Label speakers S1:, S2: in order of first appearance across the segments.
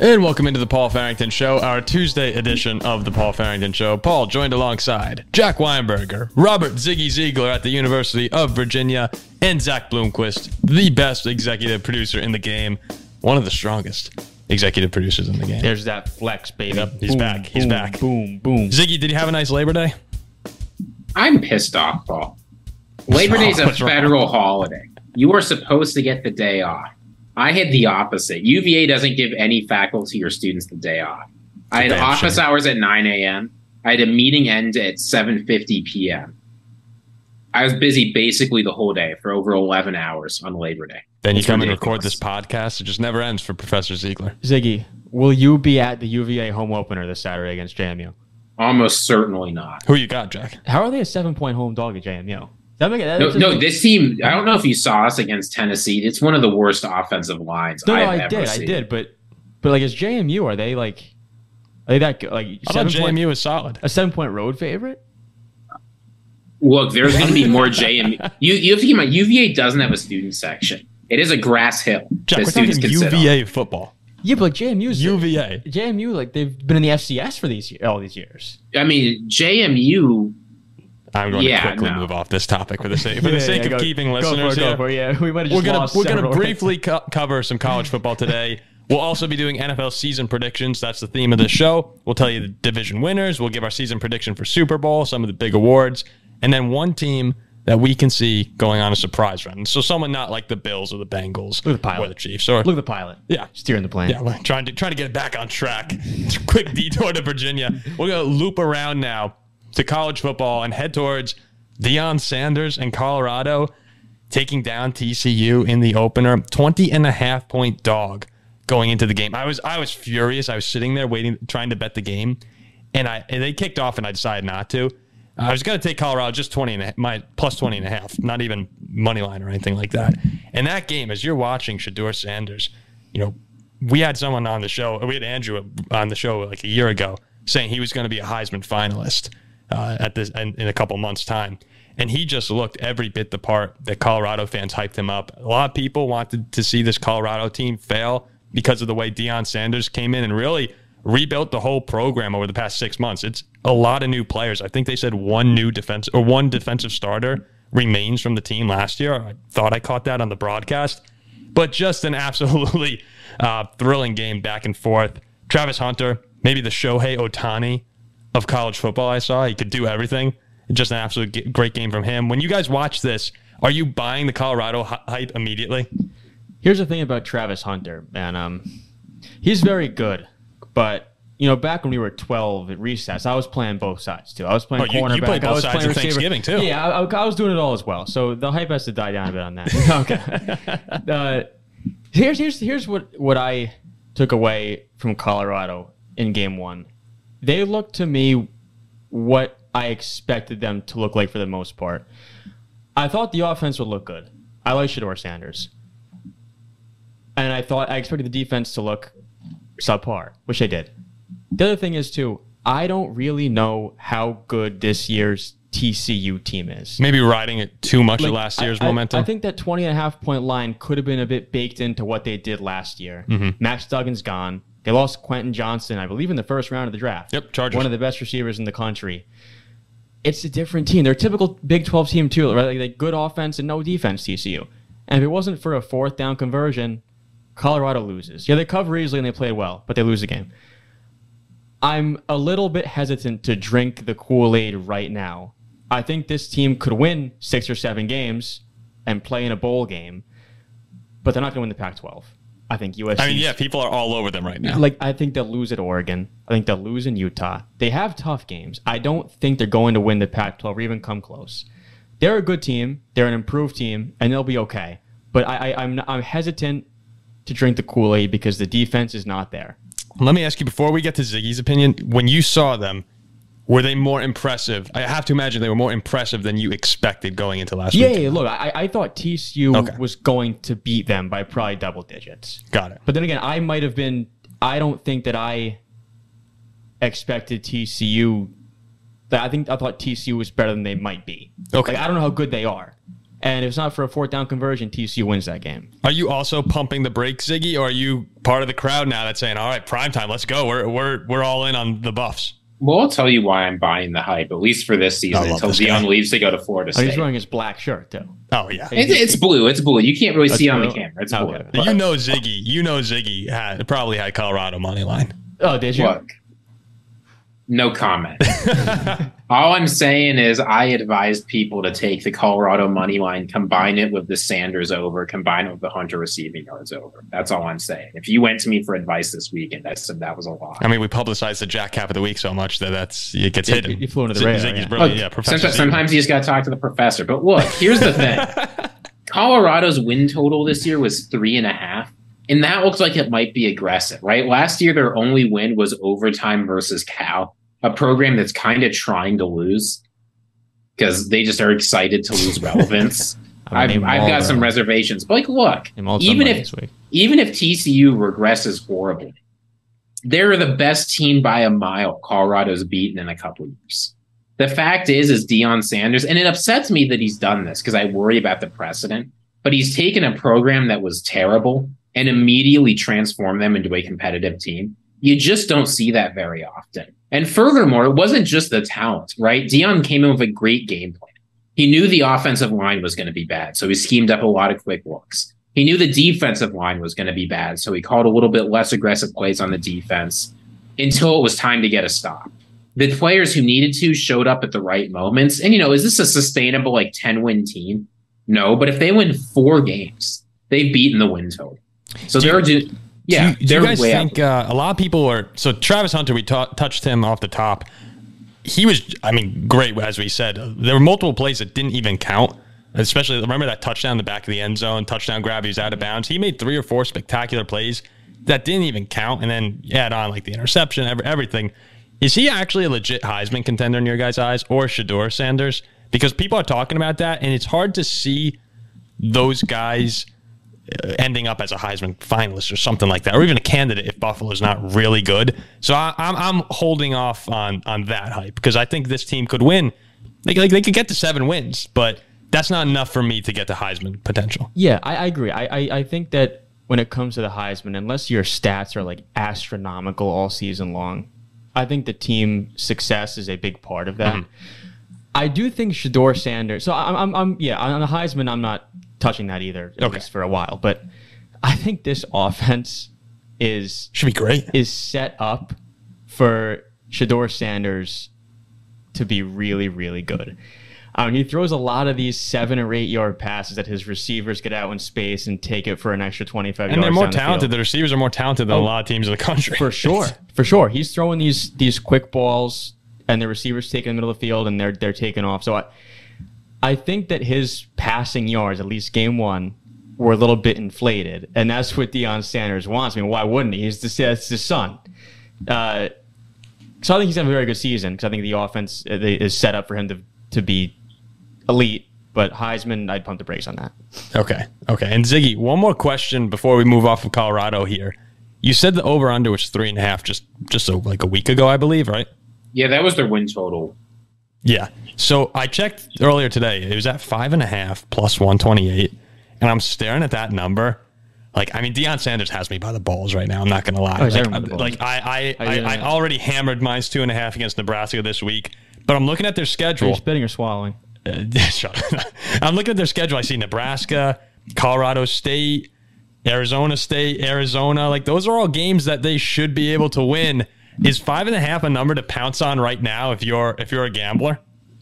S1: And welcome into the Paul Farrington Show, our Tuesday edition of the Paul Farrington Show. Paul joined alongside Jack Weinberger, Robert Ziggy Ziegler at the University of Virginia, and Zach Bloomquist, the best executive producer in the game, one of the strongest executive producers in the game.
S2: There's that flex, baby.
S1: Yep, he's back, he's
S2: boom,
S1: back.
S2: Boom, boom.
S1: Ziggy, did you have a nice Labor Day?
S3: I'm pissed off, Paul. Labor Day is a
S1: What's wrong?
S3: federal holiday. You are supposed to get the day off. I had the opposite. UVA doesn't give any faculty or students the day off. I had
S1: Damn
S3: office
S1: shame.
S3: hours at 9 a.m. I had a meeting end at 7:50 p.m. I was busy basically the whole day for over 11 hours on Labor Day.
S1: Then you
S3: It's
S1: come and record
S3: ridiculous.
S1: this podcast. It just never ends for Professor Ziegler.
S2: Ziggy, will you be at the UVA home opener this Saturday against JMU?
S3: Almost certainly not.
S1: Who you got, Jack?
S2: How are they a seven point home dog at JMU? That make, that
S3: No,
S2: just-
S3: no, this team. I don't know if you saw us against Tennessee. It's one of the worst offensive lines
S2: no, no,
S3: I've
S2: I
S3: ever
S2: did,
S3: seen.
S2: I did, but but like, is JMU? Are they like, are they that good? like
S1: I thought
S2: seven point,
S1: JMU was solid.
S2: a seven point road favorite?
S3: Look, there's going to be more JMU. You, you have to keep in mind, UVA doesn't have a student section. It is a grass hill.
S1: Jack,
S3: that
S1: we're
S3: students
S1: talking
S3: can sit on.
S1: UVA football.
S2: Yeah, but like JMU's
S1: UVA.
S2: JMU, like they've been in the FCS for these ye- all these years.
S3: I mean, JMU.
S1: I'm going
S3: Yeah,
S1: to quickly
S3: no.
S1: move off this topic for the sake for
S2: Yeah,
S1: the sake
S2: yeah,
S1: of
S2: go-
S1: keeping
S2: go for it,
S1: listeners
S2: go
S1: here.
S2: for it, yeah. we might have just
S1: We're gonna
S2: lost
S1: we're gonna
S2: several-
S1: briefly co- cover some college football today. We'll also be doing NFL season predictions. That's the theme of the show. We'll tell you the division winners. We'll give our season prediction for Super Bowl, some of the big awards, and then one team that we can see going on a surprise run. So someone not like the Bills or the Bengals
S2: Look at the pilot.
S1: or the Chiefs or
S2: look at the pilot.
S1: yeah.
S2: steering the plane.
S1: Yeah, we're trying to trying to get it back on track. Quick detour to Virginia. We're gonna loop around now to college football and head towards Deion Sanders and Colorado taking down TCU in the opener. 20 and a half point dog going into the game. I was I was furious. I was sitting there waiting trying to bet the game and I and they kicked off and I decided not to. I was going to take Colorado just 20 and a, my plus 20 and a half, not even money line or anything like that. And that game as you're watching Shador Sanders, you know, we had someone on the show, we had Andrew on the show like a year ago saying he was going to be a Heisman finalist uh, at this in, in a couple months time. And he just looked every bit the part that Colorado fans hyped him up. A lot of people wanted to see this Colorado team fail because of the way Deion Sanders came in and really rebuilt the whole program over the past six months. It's a lot of new players. I think they said one new defense or one defensive starter remains from the team last year. I thought I caught that on the broadcast, but just an absolutely uh, thrilling game back and forth. Travis Hunter, maybe the Shohei Otani of college football I saw. He could do everything. Just an absolute g- great game from him. When you guys watch this, are you buying the Colorado hy- hype immediately?
S2: Here's the thing about Travis Hunter, man. Um, he's very good, but you know, back when we were 12 at recess, I was playing both sides too. I was playing
S1: Oh, you- you
S2: cornerback.
S1: played both
S2: I was
S1: sides
S2: playing
S1: of
S2: receiver.
S1: Thanksgiving, too.
S2: Yeah, I, I- I was doing it all as well. So the hype has to die down a bit on that. okay. Uh, here's here's here's what what I took away from Colorado in Game One. They looked to me what I expected them to look like for the most part. I thought the offense would look good. I like Shador Sanders. And I thought I expected the defense to look subpar, which they did. The other thing is too, I don't really know how good this year's TCU team is.
S1: Maybe riding it too much of
S2: Like,
S1: last year's
S2: I, I-
S1: momentum?
S2: I, think that 20 and a half point line could have been a bit baked into what they did last year.
S1: Mm-hmm.
S2: Max Duggan's gone. They lost Quentin Johnson, I believe, in the first round of the draft.
S1: Yep, Chargers.
S2: One of the best receivers in the country. It's a different team. They're a typical Big 12 team, too, right? Like, like good offense and no defense, TCU. And if it wasn't for a fourth down conversion, Colorado loses. Yeah, they cover easily and they play well, but they lose the game. I'm a little bit hesitant to drink the Kool Aid right now. I think this team could win six or seven games and play in a bowl game, but they're not going to win the Pac 12. I think USC.
S1: I mean, yeah, people are all over them right now.
S2: Like, I think they'll lose at Oregon. I think they'll lose in Utah. They have tough games. I don't think they're going to win the Pac 12 or even come close. They're a good team. They're an improved team, and they'll be okay. But I, I, I'm, I'm hesitant to drink the Kool Aid because the defense is not there.
S1: Let me ask you before we get to Ziggy's opinion, when you saw them, were they more impressive? I have to imagine they were more impressive than you expected going into last
S2: Yeah,
S1: week.
S2: yeah, look, I, I thought TCU
S1: Okay.
S2: was going to beat them by probably double digits.
S1: Got it.
S2: But then again, I might have been. I don't think that I expected TCU. That I think I thought TCU was better than they might be.
S1: Okay.
S2: Like, I don't know how good they are, And if it's not for a fourth down conversion, TCU wins that game.
S1: Are you also pumping the brakes, Ziggy, or are you part of the crowd now that's saying, "All right, prime time, let's go. We're we're we're all in on the Buffs."
S3: Well, I'll tell you why I'm buying the hype, at least for this
S1: I
S3: season,
S1: love
S3: until
S1: this
S3: Dion
S1: guy.
S3: leaves to go to Florida
S2: Oh, he's
S3: State.
S2: wearing his black shirt though.
S1: Oh yeah.
S3: It's, it's blue. It's blue. You can't really see on the
S2: blue.
S3: camera. It's
S2: Okay.
S3: blue.
S1: You know Ziggy. You know Ziggy had, probably had Colorado money line.
S2: Oh, did you?
S3: Look, no comment. All I'm saying is I advise people to take the Colorado money line, combine it with the Sanders over, combine it with the Hunter receiving yards over. That's all I'm saying. If you went to me for advice this weekend, I said that was a lot.
S1: I mean, we publicized the Jack Cap of the Week so much that that's it gets
S2: It-
S1: hidden.
S2: it flew under the
S1: Z-
S2: radar,
S1: Ziggy's
S2: yeah.
S1: brilliant.
S3: Look,
S1: Yeah, Professor.
S3: sometimes,
S1: Ziggy.
S3: sometimes you just got to talk to the professor. But look, here's the thing Colorado's win total this year was three and a half. And that looks like it might be aggressive, right? Last year, their only win was overtime versus Cal, a program that's kind of trying to lose because they just are excited to lose relevance. I've, I've got some reservations. But like, look, even if
S2: week.
S3: even if TCU regresses horribly, they're the best team by a mile Colorado's beaten in a couple years. The fact is, is Deion Sanders, and it upsets me that he's done this because I worry about the precedent, but he's taken a program that was terrible and immediately transformed them into a competitive team. You just don't see that very often. And furthermore, it wasn't just the talent, right? Dion came in with a great game plan. He knew the offensive line was going to be bad, so he schemed up a lot of quick looks. He knew the defensive line was going to be bad, so he called a little bit less aggressive plays on the defense until it was time to get a stop. The players who needed to showed up at the right moments. And, you know, is this a sustainable, like 10 win team? No, but if they win four games, they've beaten the win total. So
S1: Do you-
S3: they're, do, yeah,
S1: do you, do
S3: they're
S1: you guys
S3: way up.
S1: think uh, a lot of people are? So Travis Hunter, we ta- touched him off the top. He was, I mean, great as we said. There were multiple plays that didn't even count. Especially remember that touchdown in the back of the end zone, touchdown grab. He was out of bounds. He made three or four spectacular plays that didn't even count. And then you add on like the interception, every, everything. Is he actually a legit Heisman contender in your guys' eyes, or Shador Sanders? Because people are talking about that, and it's hard to see those guys ending up as a Heisman finalist or something like that, or even a candidate if Buffalo's not really good. So I, I'm I'm holding off on on that hype because I think this team could win. Like, like they could get to seven wins, but that's not enough for me to get to Heisman potential.
S2: Yeah, I, I agree. I, I, I think that when it comes to the Heisman, unless your stats are like astronomical all season long, I think the team success is a big part of that. I do think Shador Sanders. So I'm, I'm, I'm yeah, on the Heisman, I'm not touching that either, at
S1: Okay.
S2: least for a while. But I think this offense is
S1: Should be great.
S2: is set up for Shador Sanders to be really, really good. Um, he throws a lot of these seven or eight yard passes that his receivers get out in space and take it for an extra 25 yards.
S1: And they're more
S2: down the
S1: talented.
S2: field.
S1: The receivers are more talented than a lot of teams in the country.
S2: For sure. For sure. He's throwing these these quick balls and the receivers take in the middle of the field and they're they're taking off. So I I think that his passing yards, at least game one, were a little bit inflated. And that's what Deion Sanders wants. I mean, why wouldn't he? He's the that's his son. Uh, so I think he's having a very good season because I think the offense uh, they- is set up for him to, to be elite. But Heisman, I'd pump the brakes on that.
S1: Okay. Okay. And Ziggy, one more question before we move off of Colorado here. You said the over under was three and a half just just so, like a week ago, I believe, right?
S3: Yeah, that was their win total.
S1: Yeah. So I checked earlier today. It was at five and a half plus 128. And I'm staring at that number. Like, I mean, Deion Sanders has me by the balls right now. I'm not going to lie.
S2: Oh, he's
S1: like, uh,
S2: having me by the balls.
S1: like, I, I,
S2: Oh,
S1: I,
S2: yeah.
S1: I already hammered mine's two and a half against Nebraska this week. But I'm looking at their
S2: Are you
S1: schedule.
S2: spitting or swallowing?
S1: Uh, shut up. I'm looking at their schedule. I see Nebraska, Colorado State, Arizona State, Arizona. Like those are all games that they should be able to win. Is five and a half a number to pounce on right now if you're if you're a gambler?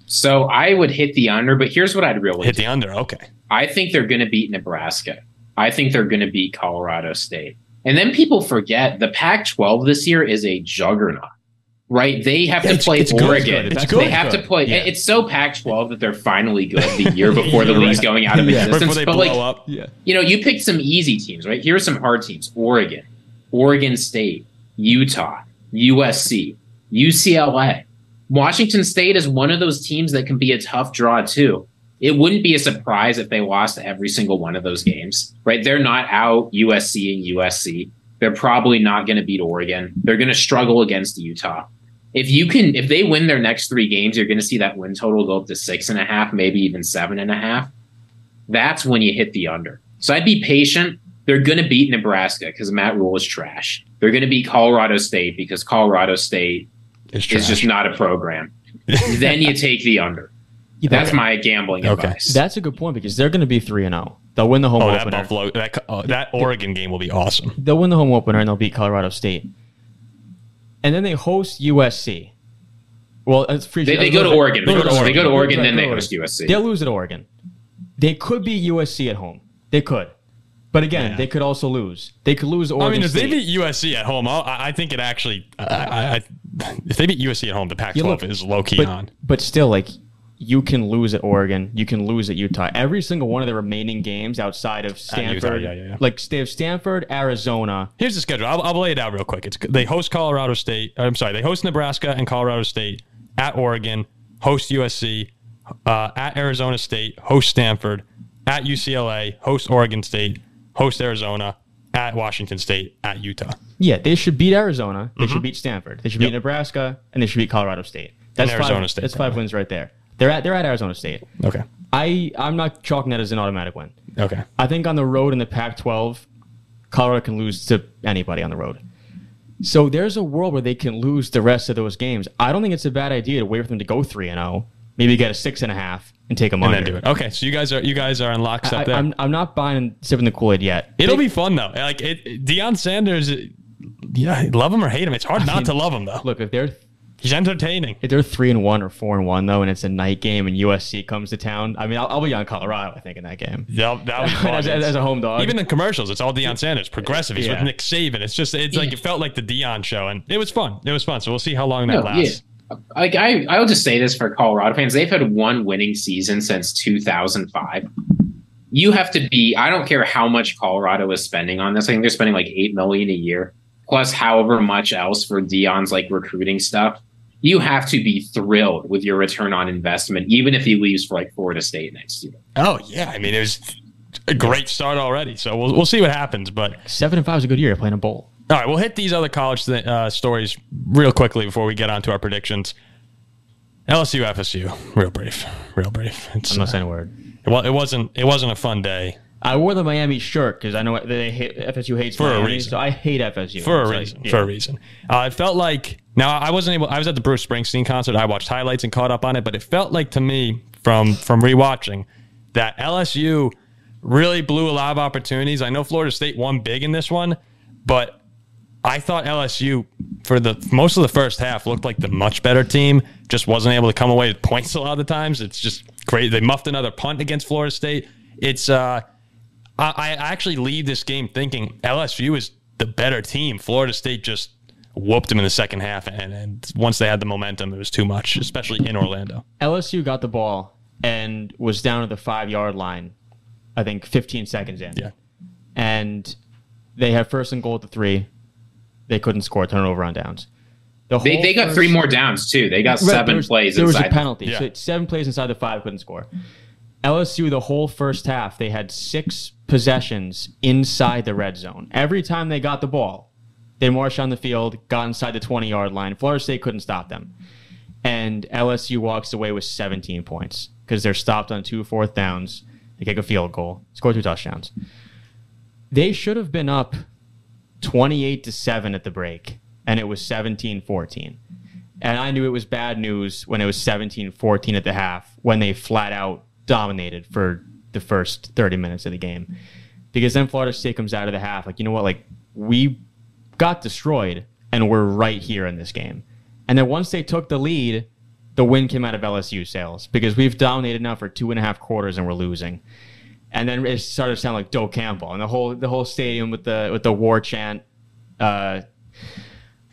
S3: So I would hit the under, but here's what I'd really
S1: Hit the under. Okay.
S3: I think they're going to beat Nebraska. I think they're going to beat Colorado State. And then people forget the Pac 12 this year is a juggernaut, right? They have
S1: Yeah,
S3: to
S1: it's-
S3: play
S1: it's good,
S3: Oregon.
S2: it's good, it's
S3: They
S2: good.
S3: have to play.
S2: Yeah.
S3: It's so Pac 12 that they're finally good the year before the
S1: You're
S3: league's
S1: right.
S3: going out of
S2: Yeah.
S3: existence.
S1: Before they
S3: but
S1: blow
S3: like,
S1: up.
S2: Yeah.
S3: you know, you picked some easy teams, right? Here are some hard teams Oregon, Oregon State, Utah, USC, UCLA. Washington State is one of those teams that can be a tough draw, too. It wouldn't be a surprise if they lost every single one of those games, right? They're not out USC and USC. They're probably not going to beat Oregon. They're going to struggle against Utah. If you can, if they win their next three games, you're going to see that win total go up to six and a half, maybe even seven and a half that's when you hit the under. So I'd be patient. They're going to beat Nebraska because Matt Rule is trash. They're going to beat Colorado State because Colorado State
S1: It's,
S3: is just not a program. then you take the under. That's my gambling
S1: Okay.
S3: advice.
S2: That's a good point because they're going to be three and zero. They'll win the home
S1: oh, that
S2: opener.
S1: Buffalo, that co- oh, that Oregon game will be awesome.
S2: They'll win the home opener and they'll beat Colorado State. And then they host USC. Well, it's free.
S3: they, they go to Oregon. They go to, they go to Oregon,
S2: Right,
S3: then they
S2: go to
S3: host USC.
S2: They'll lose at Oregon. They could beat USC at home. They could. But again,
S1: Yeah.
S2: they could also lose. They could lose
S1: I
S2: Oregon.
S1: mean, if they
S2: State.
S1: beat USC at home, I'll- I, I think it actually, I, I, I, if they beat USC at home, the
S2: Yeah,
S1: Pac-12
S2: look,
S1: is low key
S2: but,
S1: on.
S2: But still, like you can lose at Oregon, you can lose at Utah. Every single one of the remaining games outside of
S1: Utah,
S2: Stanford,
S1: yeah, yeah, yeah.
S2: like they have Stanford, Arizona.
S1: Here's the schedule. I'll, I'll lay it out real quick. It's they host Colorado State. I'm sorry, they host Nebraska and Colorado State at Oregon. Host USC uh, at Arizona State. Host Stanford at UCLA. Host Oregon State. Host Arizona at Washington State at Utah.
S2: Yeah, they should beat Arizona. They
S1: Mm-hmm.
S2: should beat Stanford. They should beat Nebraska, and they should beat Colorado State. That's
S1: Arizona
S2: five,
S1: State,
S2: That's five
S1: probably.
S2: wins right there. They're at they're at Arizona State.
S1: Okay.
S2: I I'm not chalking that as an automatic win.
S1: Okay.
S2: I think on the road in the Pac-12, Colorado can lose to anybody on the road. So there's a world where they can lose the rest of those games. I don't think it's a bad idea to wait for them to go three and zero, maybe get a six and a half, and take them
S1: And
S2: under.
S1: then do it. Okay. So you guys are you guys are in lockstep
S2: I,
S1: there.
S2: I'm, I'm not buying and sipping the Kool Aid yet.
S1: It'll be fun though. Like it, Deion Sanders. Yeah, love him or hate him. It's hard not
S2: mean,
S1: to love him though.
S2: look if they're
S1: He's entertaining.
S2: if they're three and one or four and one though, and it's a night game and USC comes to town. I mean, I'll, I'll be on Colorado. I think in that game
S1: Yeah, that was fun.
S2: as, as- as a home dog.
S1: Even in commercials, it's all Deion Sanders, progressive. He's with
S2: Yeah.
S1: Nick Saban. It's just, it's like it felt like the Deion show, and it was fun. It was fun. So we'll see how long that
S3: No, yeah.
S1: lasts.
S3: Like I, I'll just say this for Colorado fans: they've had one winning season since 2005. You have to be. I don't care how much Colorado is spending on this. I think they're spending like eight million a year, plus however much else for Dion's like recruiting stuff. You have to be thrilled with your return on investment, even if he leaves for like Florida State next year.
S1: Oh yeah, I mean it was a great start already. So we'll we'll see what happens. But
S2: seven and five is a good year playing a bowl.
S1: all right, we'll hit these other college th- uh, stories real quickly before we get on to our predictions. LSU FSU, real brief, real brief. It's,
S2: I'm not saying a word.
S1: it, wa- it wasn't it wasn't a fun day
S2: I wore the Miami shirt because I know they hate, FSU hates
S1: For a
S2: Miami,
S1: reason.
S2: so I hate FSU
S1: for
S2: It's
S1: a reason.
S2: like, yeah.
S1: For a reason. Uh, I felt like now I wasn't able. I was at the Bruce Springsteen concert. I watched highlights and caught up on it, but it felt like to me from from rewatching that LSU really blew a lot of opportunities. I know Florida State won big in this one, but I thought LSU for the most of the first half looked like the much better team. Just wasn't able to come away with points a lot of the times. It's just great. They muffed another punt against Florida State. It's uh, I, I actually leave this game thinking LSU is the better team. Florida State just whooped them in the second half, and, and once they had the momentum, it was too much, especially in Orlando.
S2: LSU got the ball and was down at the five yard line, I think 15 seconds in.
S1: Yeah.
S2: And they had first and goal at the three. They couldn't score, turn it over on downs. The
S3: They,
S2: whole
S3: they got
S2: first-
S3: three more downs too. They
S2: Right,
S3: got seven
S2: there was-
S3: plays
S2: There
S3: inside.
S2: was a penalty.
S1: Yeah.
S2: So it's seven plays inside the five couldn't score. LSU the whole first half they had six possessions inside the red zone. Every time they got the ball, they marched on the field, got inside the twenty yard line. Florida State couldn't stop them, and LSU walks away with seventeen points because they're stopped on two fourth downs. They kick a field goal, score two touchdowns. They should have been up twenty eight to seven at the break, and it was 17-14 and I knew it was bad news when it was 17-14 at the half when they flat out dominated for the first 30 minutes of the game. Because then Florida State comes out of the half like, you know what, like we got destroyed and we're right here in this game. And then once they took the lead, the win came out of LSU sales because we've dominated now for two and a half quarters and we're losing. And then it started to sound like Doe Campbell and the whole the whole stadium with the with the war chant. Uh,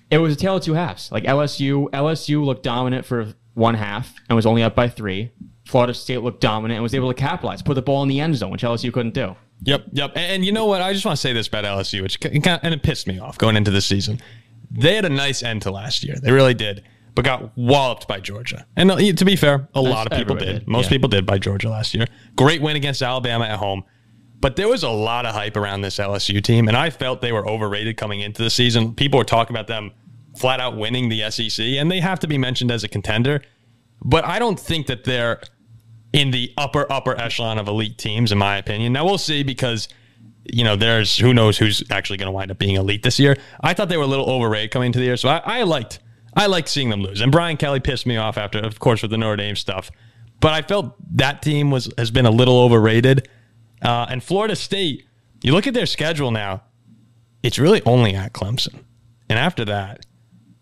S2: it was a tale of two halves. Like LSU, LSU looked dominant for one half and was only up by three. Florida State looked dominant and was able to capitalize, put the ball in the end zone, which LSU couldn't do.
S1: Yep, yep. And, and you know what? I just want to say this about LSU, which ki- kind of, and it pissed me off going into the season. They had a nice end to last year. They really did, but got walloped by Georgia. And uh, to be fair, a lot of people
S2: everybody
S1: did.
S2: did,
S1: Most
S2: yeah.
S1: people did by Georgia last year. Great win against Alabama at home. But there was a lot of hype around this LSU team, and I felt they were overrated coming into the season. People were talking about them flat out E winning the SEC, and they have to be mentioned as a contender. But I don't think that they're in the upper upper echelon of elite teams, in my opinion. Now we'll see because you know there's who knows who's actually going to wind up being elite this year. I thought they were a little overrated coming into the year, so I, I liked I liked seeing them lose. And Brian Kelly pissed me off after, of course, with the Notre Dame stuff. But I felt that team was has been a little overrated. Uh, and Florida State, you look at their schedule now, it's really only at Clemson, and after that,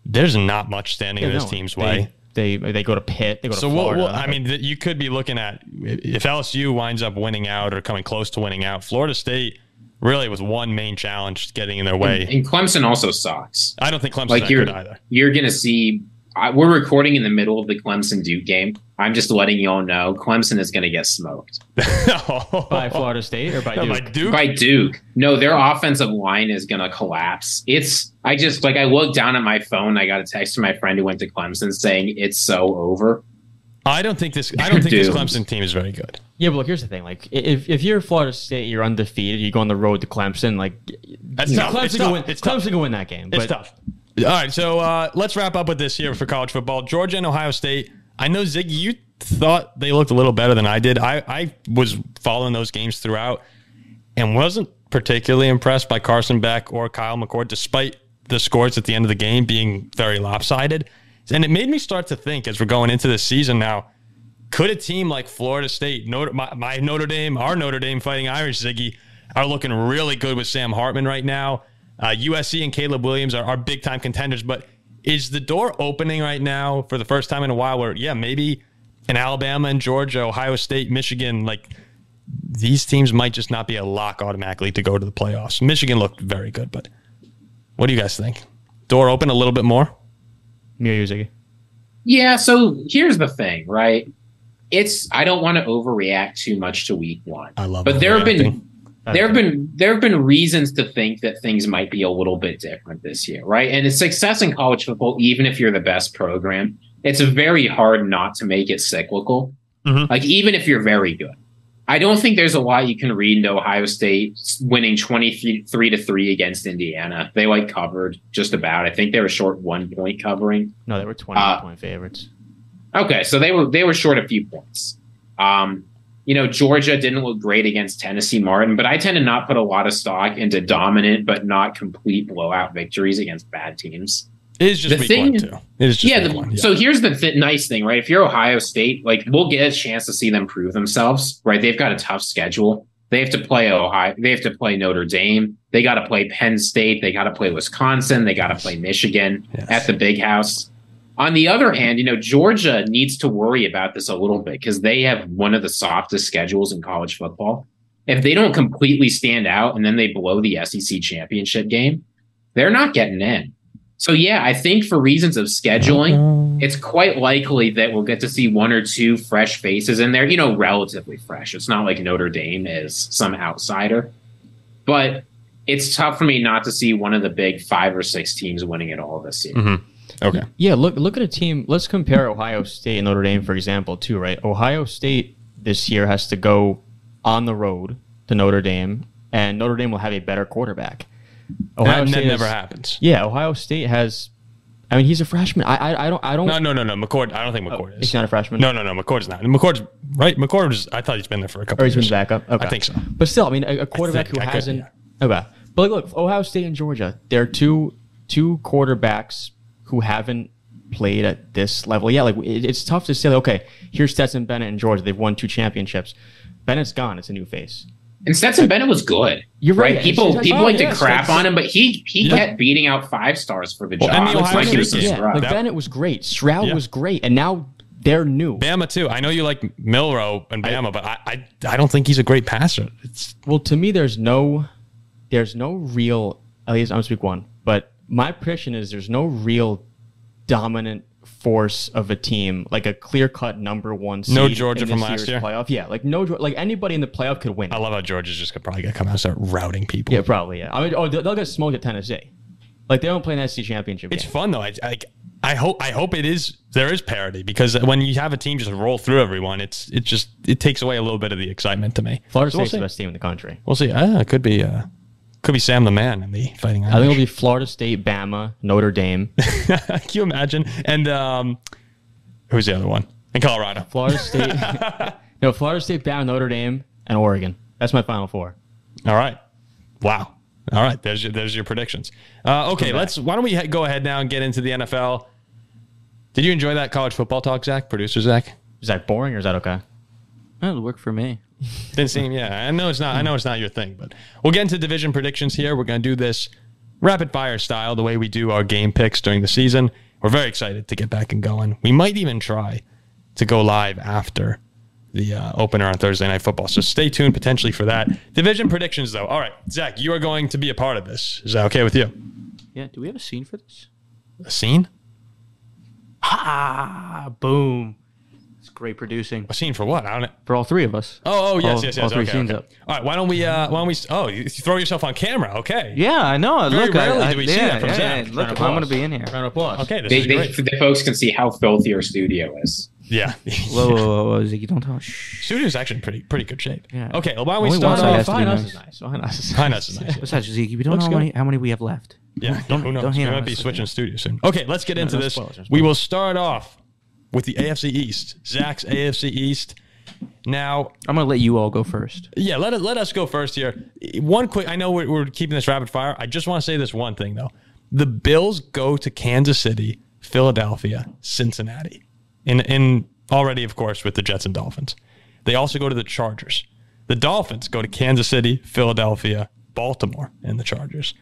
S1: there's not much standing in this
S2: No,
S1: team's
S2: they-
S1: way.
S2: They, they go to Pitt. They go to
S1: So what?
S2: Florida.
S1: what- I mean, th- you could be looking at if LSU winds up winning out or coming close to winning out. Florida State really was one main challenge getting in their way.
S3: And Clemson also sucks.
S1: I don't think Clemson
S3: Like
S1: that
S3: you're-
S1: good either.
S3: You're going to see. I, we're recording in the middle of the Clemson Duke game. I'm just letting y'all know Clemson is going to get smoked
S2: by Florida State or by
S1: No,
S2: Duke?
S1: by Duke.
S3: by Duke. No, their offensive line is going to collapse. It's. I just like I looked down at my phone. I got a text from my friend who went to Clemson saying it's so over.
S1: I don't think this. I don't think this
S3: Dude.
S1: Clemson team is very good.
S2: Yeah, but look, here's the thing. Like, i- if, if you're Florida State, you're undefeated. You go on the road to Clemson. Like,
S1: That's
S2: you know,
S1: tough.
S2: Clemson
S1: It's
S2: can
S1: tough.
S2: win.
S1: It's tough.
S2: Clemson can win that game.
S1: It's
S2: but
S1: tough. All right, so uh, let's wrap up with this here for college football. Georgia and Ohio State. I know Ziggy, you thought they looked a little better than I did. I, I was following those games throughout and wasn't particularly impressed by Carson Beck or Kyle McCord, despite the scores at the end of the game being very lopsided. And it made me start to think as we're going into this season now. Could a team like Florida State, Notre, my, my Notre Dame, our Notre Dame Fighting Irish, Ziggy, are looking really good with Sam Hartman right now. Uh, USC and Caleb Williams are, are big time contenders, but is the door opening right now for the first time in a while where, yeah, maybe in Alabama and Georgia, Ohio State, Michigan, like these teams might just not be a lock automatically to go to the playoffs? Michigan looked very good, but what do you guys think? Door open a little bit more?
S2: Near you, Ziggy.
S3: Yeah, so here's the thing, right? It's I don't want to overreact too much to week one.
S1: I love
S3: But there have
S1: overreacting.
S3: been there have been there have been reasons to think that things might be a little bit different this year, right? And it's success in college football, even if you're the best program, it's very hard not to make it cyclical.
S1: Mhm.
S3: Like even if you're very good. I don't think there's a lot you can read into Ohio State winning 23 to 3 against Indiana. They like covered just about. I think they were short one point covering.
S2: No, they were 20
S3: Uh,
S2: point favorites.
S3: Okay, so they were they were short a few points. Um, you know, Georgia didn't look great against Tennessee Martin, but I tend to not put a lot of stock into dominant but not complete blowout victories against bad teams.
S1: It is just
S3: the
S1: week
S3: thing-
S1: one, too. It is just
S3: yeah,
S1: week
S3: the,
S1: one, yeah.
S3: so here's the th- nice thing, right? If you're Ohio State, like we'll get a chance to see them prove themselves, right? They've got a tough schedule. They have to play Ohio. They have to play Notre Dame. They got to play Penn State. They got to play Wisconsin. They got to play Michigan
S1: Yes.
S3: at the big house. On the other hand, you know, Georgia needs to worry about this a little bit because they have one of the softest schedules in college football. If they don't completely stand out and then they blow the SEC championship game, they're not getting in. So, yeah, I think for reasons of scheduling, it's quite likely that we'll get to see one or two fresh faces in there, you know, relatively fresh. It's not like Notre Dame is some outsider, but it's tough for me not to see one of the big five or six teams winning it all this year.
S1: Okay.
S2: Yeah, look look at a team. Let's compare Ohio State and Notre Dame, for example, too, right? Ohio State this year has to go on the road to Notre Dame, and Notre Dame will have a better quarterback. Ohio
S1: Oh, that, that
S2: has-
S1: never happens.
S2: Yeah, Ohio State has. I mean, he's a freshman. I I, I don't I don't.
S1: No, no, no, no. McCord. I don't think McCord
S2: Oh, he's
S1: is.
S2: not a freshman.
S1: No, no, no. McCord's not. McCord's right. McCord's. I thought he's been there for a couple.
S2: Or
S1: of
S2: he's been
S1: years.
S2: back up. Okay.
S1: I think so.
S2: But still, I mean, a, a quarterback
S1: think
S2: who
S1: I could,
S2: hasn't. Okay. But like, look, Ohio State and Georgia, they're two two quarterbacks who haven't played at this level. Yeah, like it, it's tough to say. Like, okay, here's Stetson Bennett and Georgia. They've won two championships. Bennett's gone. It's a new face.
S3: And Stetson Bennett was good.
S2: You're
S3: Right,
S2: right.
S3: people
S2: It's just-
S3: people
S2: oh,
S3: like to
S2: yes,
S3: crap
S2: that's-
S3: on him, but he he
S1: Yeah.
S3: kept beating out five stars for the job.
S1: Well, and the
S3: Looks
S1: Ohio
S3: like he was
S1: State game.
S2: Yeah, like
S3: subscribed.
S1: That-
S2: Bennett was great. Stroud
S1: Yeah.
S2: was great, and now they're new.
S1: Bama too. I know you like Milrow and Bama, but I, I, I don't think he's a great passer. It's
S2: Well, to me, there's no, there's no real. At least I'm speak one, but my prediction is there's no real dominant force of a team like a clear cut number one. Seed
S1: Georgia
S2: in
S1: from
S2: this
S1: last
S2: year's
S1: year?
S2: playoff. Yeah, like no, Geor- like anybody in the playoff could win.
S1: I love how Georgia's just gonna probably gonna come out and start routing people.
S2: yeah, probably. Yeah, I mean, oh, they'll, they'll get smoked at Tennessee. Like they don't play an SC E championship.
S1: It's
S2: game.
S1: fun though. I, I I hope I hope it is there is parity because when you have a team just roll through everyone, it's it just it takes away a little bit of the excitement to me.
S2: Florida
S1: So we'll
S2: State's
S1: see.
S2: the best team in the country.
S1: We'll see. Ah, it could be uh, could be Sam the man in the fighting.
S2: I think it'll be Florida State, Bama, Notre Dame,
S1: Can you imagine? And um, who's the other one? In Colorado.
S2: Florida State, No, Florida State, Bow, Notre Dame, and Oregon. That's my final four.
S1: All right. Wow. All right. There's your there's your predictions. Uh, okay. Let's. Why don't we he- go ahead now and get into the NFL? Did you enjoy that college football talk, Zach? Producer Zach.
S2: Is that boring or is that okay?
S4: That'll work for me.
S1: Didn't seem. Yeah. I know it's not. I know it's not your thing, but we'll get into division predictions here. We're gonna do this rapid fire style, the way we do our game picks during the season. We're very excited to get back and going. We might even try to go live after the uh, opener on Thursday Night Football. So stay tuned potentially for that. Division predictions, though. All right, Zach, you are going to be a part of this. Is that okay with you?
S4: Yeah. Do we have a scene for this?
S1: A scene?
S4: Ah, boom. It's great producing
S1: A scene for what? I don't.
S4: for all three of us.
S1: Oh, oh, yes,
S4: All-
S1: yes,
S4: all
S1: yes.
S4: three
S1: okay,
S4: scenes
S1: okay.
S4: up.
S1: All right. Why don't we? Uh, why don't we? Oh, you throw yourself on camera. Okay.
S4: Yeah, I know.
S1: Very
S4: look, I-
S1: rarely
S4: I,
S1: do we
S4: yeah,
S1: see that from
S4: yeah,
S1: Zach.
S4: yeah, Look,
S1: Round
S4: I'm
S1: of
S4: going to
S1: applause.
S4: be in here.
S2: Round of applause.
S1: Okay. This
S3: They,
S1: is
S3: they,
S1: great.
S3: the folks can see how filthy our studio is.
S1: yeah.
S4: Whoa, whoa, whoa, whoa, Ziggy, don't talk. Shh.
S1: Studio's actually in pretty pretty good shape.
S4: Yeah.
S1: Okay. Well, why don't we
S4: Only
S1: start
S4: one side
S1: off?
S4: has to be
S2: Fine, us
S4: nice.
S2: is nice. Fine, us is
S1: Fine,
S2: nice.
S1: that's nice.
S4: Besides, Ziggy, we don't
S1: Looks
S4: know
S1: good.
S4: how many, how many we have left.
S1: Yeah,
S4: Don't-
S1: who knows?
S4: don't
S1: we
S4: hang on
S1: might
S4: us.
S1: be switching studios soon. Okay, let's get into
S2: no
S1: this.
S2: spoilers, no
S1: We will start off with the AFC East. Zach's AFC East. Now,
S4: I'm going to let you all go first.
S1: yeah, let it, let us go first here. One quick, I know we're, we're keeping this rapid fire. I just want to say this one thing though: the Bills go to Kansas City, Philadelphia, Cincinnati, and and already, of course, with the Jets and Dolphins. They also go to the Chargers. The Dolphins go to Kansas City, Philadelphia, Baltimore, and the Chargers.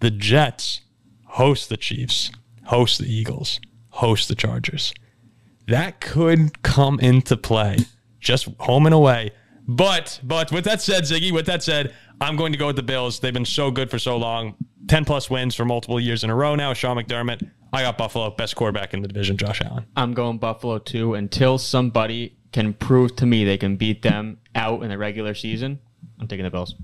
S1: The Jets host the Chiefs, host the Eagles, host the Chargers. That could come into play just home and away. But but with that said, Ziggy, with that said, I'm going to go with the Bills. They've been so good for so long. 10 plus wins for multiple years in a row now. Sean McDermott. I got Buffalo, best quarterback in the division, Josh Allen.
S2: I'm going Buffalo too until somebody can prove to me they can beat them out in the regular season. I'm taking the Bills.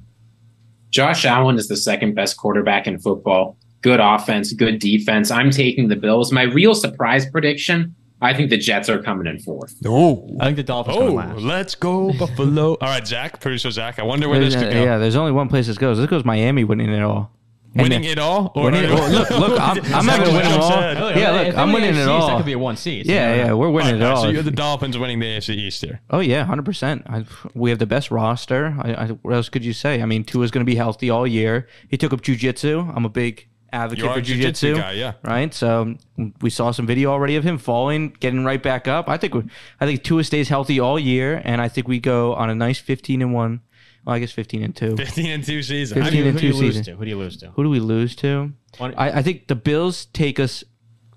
S3: Josh Allen is the second best quarterback in football. Good offense, good defense. I'm taking the Bills. My real surprise prediction I think the Jets are coming in fourth.
S1: Oh.
S2: I think the Dolphins
S1: Oh,
S2: come last.
S1: let's go, Buffalo. All right, Zach, producer Zach. I wonder where this
S4: There's-
S1: could
S4: uh,
S1: go.
S4: yeah, there's only one place this goes. This goes Miami winning it all. And
S1: Winning
S4: then-
S1: it all? Or
S4: winning it- well, look, look, I'm- I'm not gonna win them all.
S1: Said.
S2: Oh,
S4: Yeah, look,
S2: if
S4: I'm
S2: they're
S4: winning
S2: in the AFC,
S4: it
S2: That
S4: all.
S2: could be a one seed. so
S4: Yeah,
S2: no, no.
S4: yeah, we're winning
S1: All
S4: it
S1: right,
S4: all.
S1: So you're the Dolphins winning the AFC East here.
S4: Oh yeah, hundred percent. We have the best roster. I, I, what else could you say? I mean, Tua's going to be healthy all year. He took up jujitsu. I'm a big advocate
S1: You are
S4: for
S1: a jiu-jitsu
S4: jujitsu.
S1: guy, yeah.
S4: Right. So we saw some video already of him falling, getting right back up. I think we, I think Tua stays healthy all year, and I think we go on a nice fifteen and one. Well, I guess fifteen and two.
S1: 15 and 2 season. I
S2: Who
S1: mean,
S2: do you,
S4: 15
S2: who
S4: and
S2: do you
S4: two
S2: lose
S4: season.
S2: to? Who do you lose to?
S4: Who do we lose to?
S2: Why don't-
S4: I, I think the Bills take us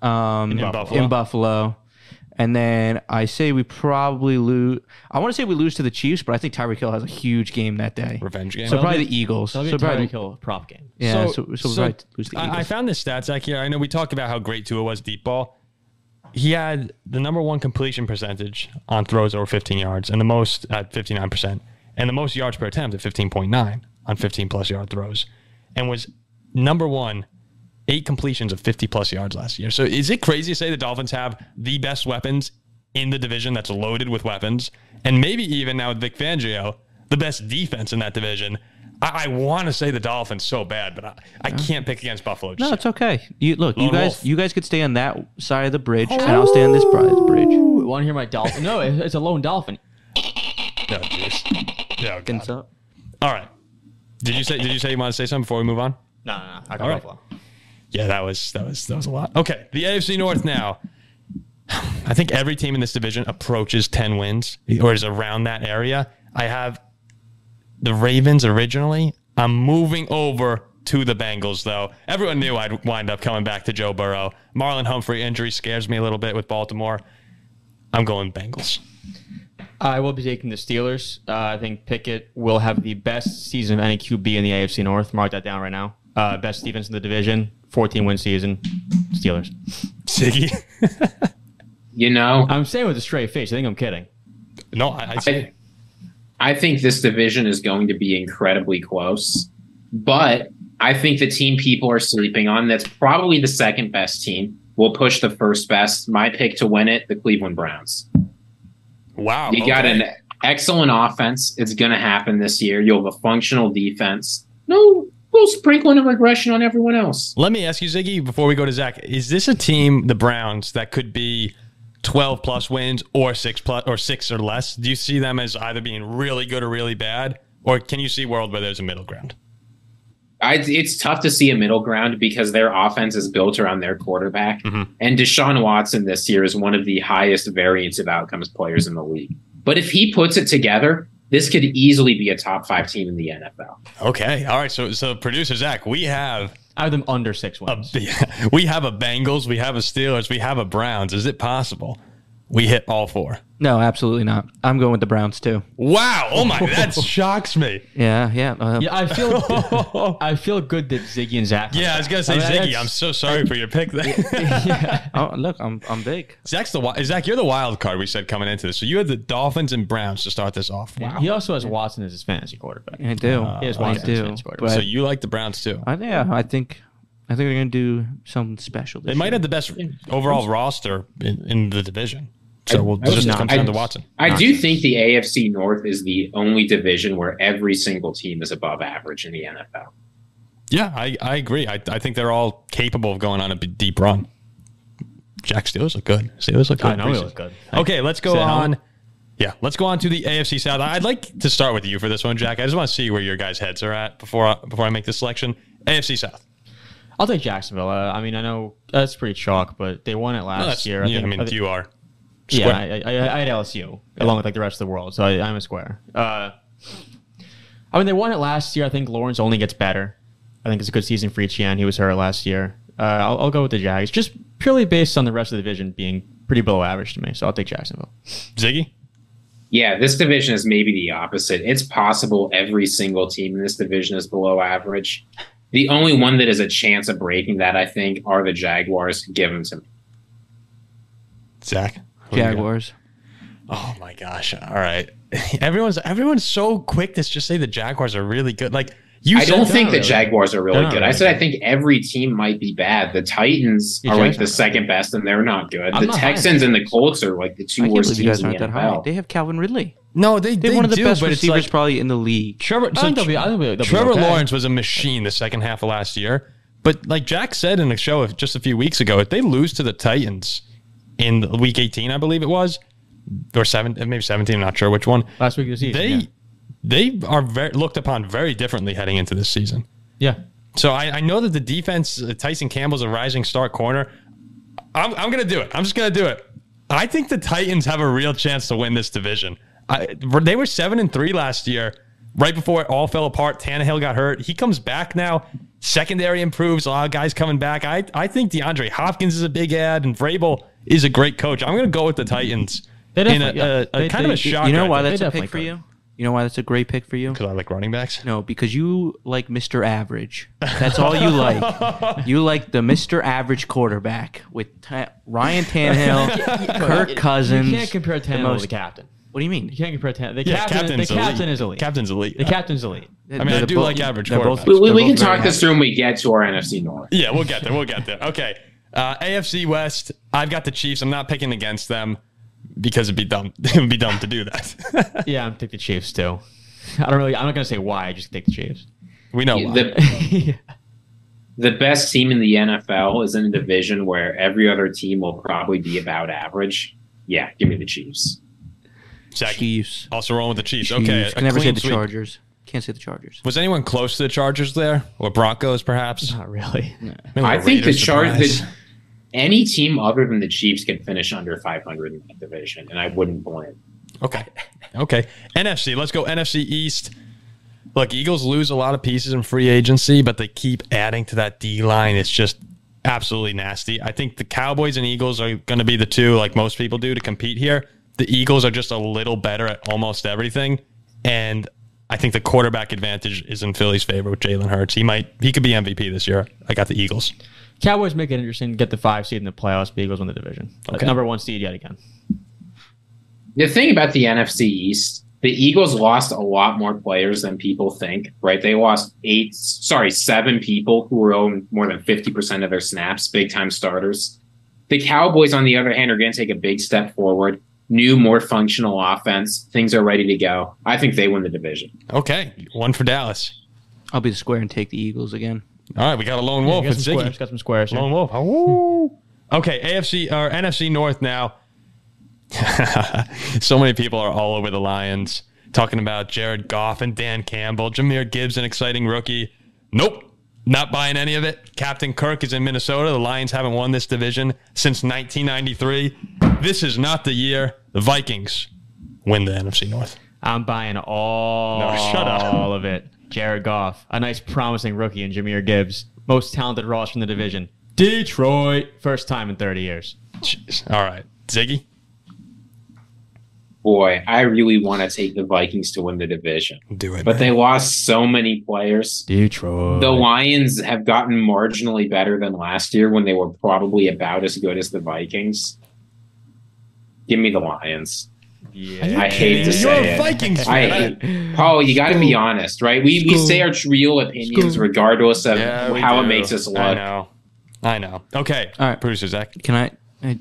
S4: um, in,
S1: Buffalo.
S4: Buffalo. And then I say we probably lose. I want to say we lose to the Chiefs, but I think Tyreek Hill has a huge game that day.
S1: revenge game.
S4: So
S2: That'll
S4: probably
S2: be-
S4: the Eagles.
S2: That'll be
S4: So
S2: a Tyreek
S4: probably,
S2: Hill prop game.
S4: yeah. So, so, we probably lose to the
S1: I,
S4: Eagles.
S1: I found this stat, Zach, here. I know we talked about how great Tua was deep ball. He had the number one completion percentage on throws over 15 yards and the most at 59%, and the most yards per attempt at 15.9 on 15 plus yard throws, and was number one, eight completions of 50 plus yards last year. So is it crazy to say the Dolphins have the best weapons in the division that's loaded with weapons, and maybe even now with Vic Fangio, the best defense in that division? I, I want to say the Dolphins so bad, but I, I can't pick against Buffalo. just
S4: no,
S1: yet.
S4: it's okay. You look, you
S1: Lone
S4: guys,
S1: wolf.
S4: you guys could stay on that side of the bridge, and I'll stay on this bri- bridge.
S2: Want to hear my dolphin? No, it- it's a lone dolphin.
S1: No, jeez. Yeah, okay.
S4: Fins up.
S1: All right. Did you say did you say you want to say something before we move on?
S2: No, no, no. I
S1: All
S2: got
S1: right.
S2: Buffalo.
S1: Yeah, that was that was that was a lot. Okay. The AFC North now. I think every team in this division approaches 10 wins or is around that area. I have the Ravens originally. I'm moving over to the Bengals, though. Everyone knew I'd wind up coming back to Joe Burrow. Marlon Humphrey injury scares me a little bit with Baltimore. I'm going Bengals.
S2: I will be taking the Steelers. Uh, I think Pickett will have the best season of any QB in the AFC North. Mark that down right now. Uh, best defense in the division, 14 win season. Steelers.
S1: Siggy.
S3: You know,
S2: I'm saying with a straight face. I think I'm kidding.
S1: no, I, I see.
S3: I, I think this division is going to be incredibly close, but I think the team people are sleeping on that's probably the second best team will push the first best. My pick to win it, the Cleveland Browns.
S1: Wow.
S3: You got
S1: okay.
S3: an excellent offense. It's going to happen this year. You'll have a functional defense. No, we'll sprinkling a regression on everyone else.
S1: Let me ask you, Ziggy, before we go to Zach, is this a team, the Browns, that could be 12 plus wins or six plus or six or less? Do you see them as either being really good or really bad, or can you see a world where there's a middle ground?
S3: I, it's tough to see a middle ground because their offense is built around their quarterback.
S1: Mhm.
S3: And Deshaun Watson this year is one of the highest variance of outcomes players in the league. But if he puts it together, this could easily be a top five team in the NFL.
S1: Okay, all right. So, so producer Zach, we have
S2: I have them under six
S1: a,
S2: wins.
S1: we have a Bengals, we have a Steelers, we have a Browns. Is it possible we hit all four?
S4: No, absolutely not. I'm going with the Browns too.
S1: Wow! Oh my, that shocks me.
S4: Yeah, yeah. uh,
S2: yeah, I feel
S1: yeah,
S2: I feel good that Ziggy and Zach.
S1: I was gonna say
S2: I mean,
S1: Ziggy.
S2: that's-
S1: I'm so sorry for your pick. There.
S2: yeah.
S4: Oh, look, I'm I'm big.
S1: Zach's the wi- Zach. You're the wild card we said coming into this. So you had the Dolphins and Browns to start this off.
S2: He also has Watson as his fantasy quarterback.
S4: I do.
S1: Uh, He has
S4: I
S2: Watson's
S4: do.
S2: fantasy quarterback.
S4: But
S1: So you like the Browns too.
S4: I, yeah, I think I think they're gonna do something special.
S1: They
S4: This
S1: might
S4: year.
S1: have the best overall roster in, in the division. So we'll
S3: I was
S1: just
S2: not-
S1: come down
S3: I-
S1: to Watson.
S3: I do
S2: Nonsense.
S3: think the AFC North is the only division where every single team is above average in the NFL.
S1: Yeah, I, I agree. I, I think they're all capable of going on a b- deep run. Jack Steelers look good. Steelers look good.
S2: I know he looked good.
S1: Okay, let's go
S2: Is that
S1: on.
S2: Helm?
S1: Yeah, let's go on to the AFC South. I'd like to start with you for this one, Jack. I just want to see where your guys' heads are at before I, before I make this selection. AFC South.
S2: I'll take Jacksonville. Uh, I mean, I know that's pretty chalk, but they won it
S1: No,
S2: last
S1: that's-
S2: year.
S1: yeah, I mean,
S2: think-
S1: you are.
S2: Yeah,
S1: Square.
S2: I, I, I had LSU along with like the rest of the world, so I, I'm a square. Uh, I mean, they won it last year. I think Lawrence only gets better. I think it's a good season for Etienne. He was hurt last year. Uh, I'll, I'll go with the Jags, just purely based on the rest of the division being pretty below average to me. So I'll take Jacksonville.
S1: Ziggy?
S3: Yeah, this division is maybe the opposite. It's possible every single team in this division is below average. The only one that has a chance of breaking that, I think, are the Jaguars. Give them some.
S1: Zach? Who you got?
S4: Jaguars.
S1: Oh my gosh! All right, everyone's everyone's so quick to just say the Jaguars are really good. Like you,
S3: I
S1: said
S3: don't
S1: that
S3: think the
S1: already.
S3: Jaguars are really
S2: No,
S3: good.
S2: no,
S3: I
S2: no.
S3: said I think every team might be bad. The Titans
S2: Yeah,
S3: are like the
S2: Jacksonville.
S3: second best, and they're not good.
S2: I'm
S3: the
S2: not high on
S3: Texans
S2: the
S3: and the Colts are like the two
S4: I can't
S3: worst
S4: believe you
S3: teams
S4: guys
S3: in the
S4: aren't that high.
S3: NFL.
S4: They have Calvin Ridley.
S1: No, they
S4: They
S1: they
S4: have one of the
S1: do,
S4: best
S1: but it's
S4: receivers
S1: like
S4: probably in the league.
S1: Trevor.
S2: I
S1: so
S2: think they'll be- I think they'll be
S1: Trevor
S2: okay.
S1: Lawrence was a machine the second half of last year, but like Jack said in a show of just a few weeks ago, if they lose to the Titans in Week 18, I believe it was, or seven, maybe 17, I'm not sure which one.
S2: Last week of the season,
S1: They
S2: yeah.
S1: they are very, looked upon very differently heading into this season.
S2: yeah.
S1: So I, I know that the defense, uh, Tyson Campbell's a rising star corner. I'm, I'm going to do it. I'm just going to do it. I think the Titans have a real chance to win this division. I, they were seven and three last year, right before it all fell apart. Tannehill got hurt. He comes back now. Secondary improves. A lot of guys coming back. I, I think DeAndre Hopkins is a big ad, and Vrabel is a great coach. I'm going to go with the Titans.
S2: They
S1: In a,
S2: definitely- yeah.
S1: a- a
S2: They-
S1: kind
S2: they-
S1: of a
S2: you
S1: shock.
S4: you know why that's
S2: They
S4: a pick
S2: definitely
S4: for
S2: could.
S4: you? You know why that's a great pick for you?
S1: Because I like running backs.
S4: No, because you like Mr. Average. That's all you like. you like the Mr. Average quarterback with ta- Ryan Tannehill, Kirk Cousins.
S2: You can't compare
S4: the
S2: Tannehill to
S4: most-
S2: the captain.
S4: What do you mean?
S2: You can't compare Tannehill. The,
S1: Yeah,
S2: captain, the captain is elite.
S1: Captain's elite.
S2: the captain's elite.
S1: I mean, I do like average
S4: they're
S1: quarterbacks.
S3: We, we-
S4: they're
S3: we can
S4: both very
S3: talk this
S4: average.
S3: through when we get to our NFC North.
S1: Yeah, we'll get there. We'll get there. Okay. Uh, AFC West. I've got the Chiefs. I'm not picking against them because it'd be dumb. It would be dumb to do that.
S2: Yeah, I'm take the Chiefs too. I don't really. I'm not gonna say why. I just take the Chiefs.
S1: we know why.
S3: The, the best team in the NFL is in a division where every other team will probably be about average. Yeah, give me the Chiefs.
S1: Zach,
S4: Chiefs.
S1: also rolling with the Chiefs.
S4: Chiefs.
S1: Okay. a
S4: Can never say
S1: clean
S4: the
S1: sweep.
S4: Chargers. Can't say the Chargers.
S1: Was anyone close to the Chargers there or Broncos perhaps?
S2: Not really.
S1: Maybe
S3: I
S1: the
S3: think the
S1: Raiders
S3: Chargers.
S1: surprise.
S3: Any team other than the Chiefs can finish under 500 in that division, and I wouldn't blame.
S1: Okay. Okay. NFC. Let's go NFC East. Look, Eagles lose a lot of pieces in free agency, but they keep adding to that D line. It's just absolutely nasty. I think the Cowboys and Eagles are going to be the two, like most people do, to compete here. The Eagles are just a little better at almost everything, and I think the quarterback advantage is in Philly's favor with Jalen Hurts. He might, he could be MVP this year. I got the Eagles.
S2: Cowboys make it interesting. Get the five seed in the playoffs. Eagles win the division.
S1: Okay.
S2: Number one seed yet again.
S3: The thing about the NFC East, the Eagles lost a lot more players than people think. Right? They lost eight, sorry, seven people who were owned more than 50% of their snaps, big time starters. The Cowboys, on the other hand, are going to take a big step forward. New, more functional offense. Things are ready to go. I think they win the division.
S1: Okay, one for Dallas.
S4: I'll be the square and take the Eagles again.
S1: All right, we got a lone wolf.
S2: Yeah, got
S1: with
S2: some
S1: Ziggy.
S2: squares. Got some squares. here.
S1: Lone Wolf. Oh, woo. okay, AFC or NFC North now. so many people are all over the Lions talking about Jared Goff and Dan Campbell, Jameer Gibbs, an exciting rookie. Nope, not buying any of it. Captain Kirk is in Minnesota. The Lions haven't won this division since 1993. This is not the year the Vikings win the NFC North.
S2: I'm buying all,
S1: No, shut up.
S2: all of it. Jared Goff, a nice promising rookie, and Jameer Gibbs, most talented roster in the division. Detroit, first time in 30 years.
S1: Jeez. All right, Ziggy.
S3: Boy, I really want to take the Vikings to win the division,
S1: Do it.
S3: but they lost so many players.
S2: Detroit.
S3: The Lions have gotten marginally better than last year when they were probably about as good as the Vikings. Give me the Lions. I hate to
S1: You're
S3: say
S1: a
S3: it.
S1: Vikings
S3: I
S1: fan.
S3: hate- Paul, you got to be honest, right? We, we
S2: School.
S3: say our real opinions
S2: School.
S3: regardless of
S1: Yeah, we
S3: how
S1: do.
S3: it makes us
S1: I
S3: look.
S1: know. I know. Okay.
S4: All right.
S1: Producer Zach.
S4: Can I, I?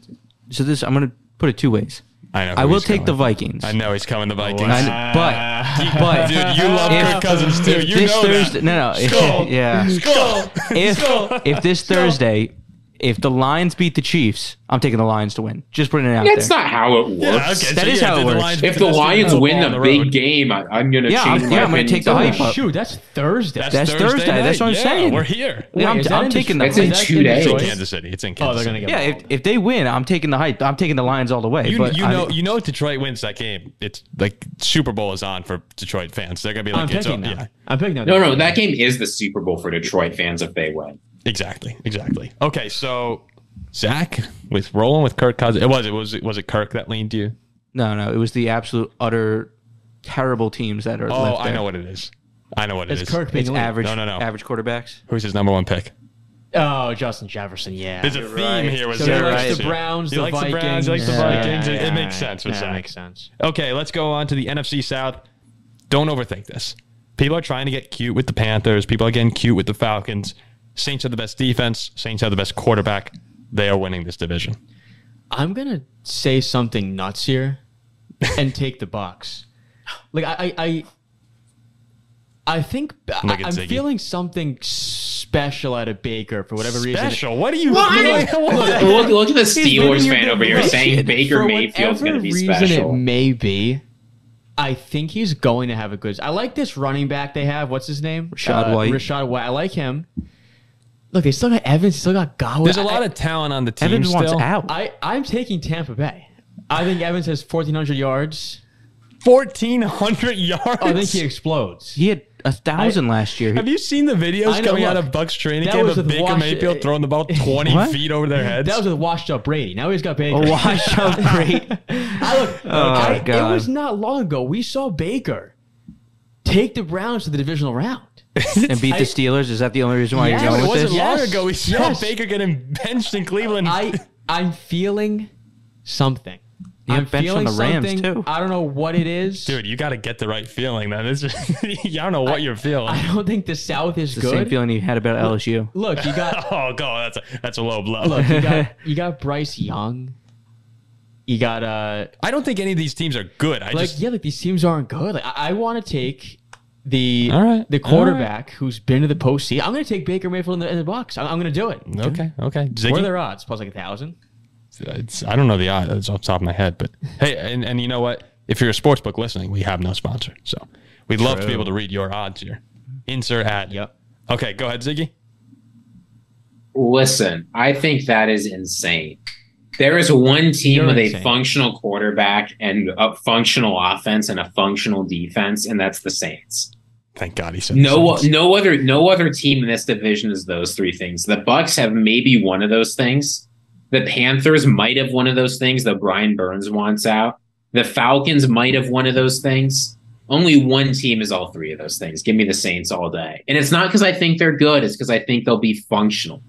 S4: So this, I'm gonna put it two ways.
S1: I know.
S4: I
S1: who
S4: will
S1: he's
S4: take the
S1: going.
S4: Vikings.
S1: I know he's coming the Vikings.
S4: I know. but- but-
S1: dude, you love
S4: If-
S1: Kirk Cousins too.
S4: if
S1: You
S4: this
S1: know
S4: Thursday,
S1: that.
S4: no, no,
S1: Skull.
S4: yeah.
S1: Skull.
S4: If
S1: Skull.
S4: if this
S1: Skull.
S4: Thursday, if the Lions beat the Chiefs, I'm taking the Lions to win. Just putting it out
S3: That's
S4: there.
S3: not how it works.
S1: Yeah, okay,
S4: That
S1: so
S4: is
S1: yeah,
S4: how it
S1: did
S4: works.
S1: Lions
S3: If
S1: beat
S3: the
S1: Steelers
S3: Lions
S1: on the
S3: win a big
S1: road?
S3: game, I, I'm going to
S4: Yeah,
S3: change
S4: I'm-
S3: my
S4: yeah, I'm gonna
S3: opinions
S4: take the
S3: on
S4: hype
S3: that.
S4: up.
S2: Shoot, that's Thursday.
S1: That's,
S4: That's
S1: Thursday.
S4: Thursday, that's
S1: night.
S4: what I'm
S1: yeah,
S4: saying.
S1: We're here.
S4: Yeah, I'm-
S2: is that
S4: I'm
S2: in
S4: taking the-
S2: Detroit?
S3: It's in
S2: Is that
S3: two days.
S1: It's in
S2: Detroit?
S1: Kansas City. It's in
S2: Oh,
S1: Kansas
S2: they're gonna
S1: City.
S2: get
S4: Yeah, if,
S2: mauled.
S4: if they win, I'm taking the hype. I'm taking the Lions all the way.
S1: You,
S4: but
S1: you
S4: I
S1: know
S4: mean-
S1: you know if Detroit wins that game, it's like Super Bowl is on for Detroit fans. They're gonna be like,
S2: I'm
S1: it's
S2: picking
S1: up.
S2: them.
S1: Yeah,
S2: I'm picking them.
S3: No, no, that game is the Super Bowl for Detroit fans if they win.
S1: exactly, exactly. Okay, so Zach with rolling with Kirk Cousins. It was it was it was it Kirk that leaned you?
S4: No, no, it was the absolute utter terrible teams that are.
S1: Oh,
S4: left
S1: I
S4: there.
S1: know what it is. I know what it
S2: It's
S1: is.
S2: Kirk being
S4: It's
S2: elite.
S4: average.
S1: No, no, no.
S4: Average quarterbacks.
S1: Who's his number one pick?
S2: Oh, Justin Jefferson. Yeah.
S1: There's a theme here with
S2: So he
S1: Zach.
S4: You're
S2: likes
S4: right.
S2: the Browns,
S1: He
S2: the
S1: likes
S2: Vikings.
S1: the Browns, he likes the Vikings. It- it makes sense with
S2: Yeah,
S1: Zach.
S2: It makes sense.
S1: Okay, let's go on to the NFC South. Don't overthink this. People are trying to get cute with the Panthers. People are getting cute with the Falcons. Saints have the best defense. Saints have the best quarterback. They are winning this division.
S2: I'm gonna say something nuts here, and take the Bucks. Like I, I, I, I think I,
S1: Look at
S2: am
S1: Ziggy.
S2: feeling something special out of Baker for whatever reason.
S1: Special. What are you?
S3: Look, look, look at the Steelers
S4: winning your
S3: fan over here
S4: division.
S3: saying Baker
S2: for
S3: Mayfield's going
S2: whatever
S3: to be
S2: reason it
S3: special.
S2: may be, I think he's going to have a good. I like this running back they have. What's his name? Uh,
S4: Rashad White.
S2: Rashad White. I like him. Look, they still got Evans. Still got Godwin.
S1: There's a
S2: I-
S1: lot of talent on the team.
S4: Evans wants
S1: still.
S4: out.
S2: I, I'm taking Tampa Bay. I think Evans has 1,400 yards.
S1: 1,400 yards.
S2: Oh, I think he explodes.
S4: He had a thousand last year.
S1: have you seen the videos
S2: I know,
S1: coming out
S2: look,
S1: of Bucks training
S2: that
S1: camp
S2: was
S1: of
S2: with
S1: Baker
S2: Wash-
S1: Mayfield throwing the ball 20
S4: What?
S1: feet over their heads?
S2: That was with washed up Brady. Now he's got Baker.
S4: a wash up great.
S2: I look. I-
S4: God.
S2: It was not long ago we saw Baker take the Browns to the divisional round.
S4: and beat the Steelers. Is that the only reason why
S2: Yeah,
S4: you're
S1: Dude,
S4: going
S1: it
S4: with
S1: wasn't
S4: this?
S1: long
S2: Yes,
S1: ago we saw
S2: yes.
S1: Baker getting benched in Cleveland.
S2: I I'm feeling something.
S4: You
S2: I'm
S4: got benched on
S2: feeling
S4: the Rams,
S2: something.
S4: too.
S2: I don't know what it is.
S1: Dude, you got to get the right feeling, man. It's just, I don't know what you're feeling.
S2: I don't think the South is
S4: The
S2: good.
S4: same feeling you had about LSU.
S2: Look, you got
S1: oh god, that's a that's a low blow.
S2: look, you got you got Bryce Young. You got uh
S1: I don't think any of these teams are good. I
S2: like
S1: just
S2: yeah, like these teams aren't good. Like I, I want to take the
S1: All right,
S2: the
S1: all
S2: quarterback who's been to the postseason. I'm going to take Baker Mayfield in the, in the box. I'm, I'm going to do it.
S1: okay, okay.
S2: What are
S1: Ziggy,
S2: their odds? Plus like a thousand.
S1: it's, I don't know the odds off the top of my head, but hey, and, and you know what? If you're a sports book listening, we have no sponsor, so we'd love to be
S2: True.
S1: able to read your odds here. Insert ad.
S2: Yep.
S1: Okay, go ahead, Ziggy.
S3: Listen, I think that is insane. There is one team
S2: You're
S3: with
S2: insane.
S3: a functional quarterback and a functional offense and a functional defense, and that's the Saints.
S1: Thank God he said
S3: No,
S1: the Saints.
S3: no other, no other team in this division is those three things. The Bucks have maybe one of those things. The Panthers might have one of those things that Brian Burns wants out. The Falcons might have one of those things. Only one team is all three of those things. Give me the Saints all day, and it's not because I think they're good. It's because I think they'll be functional.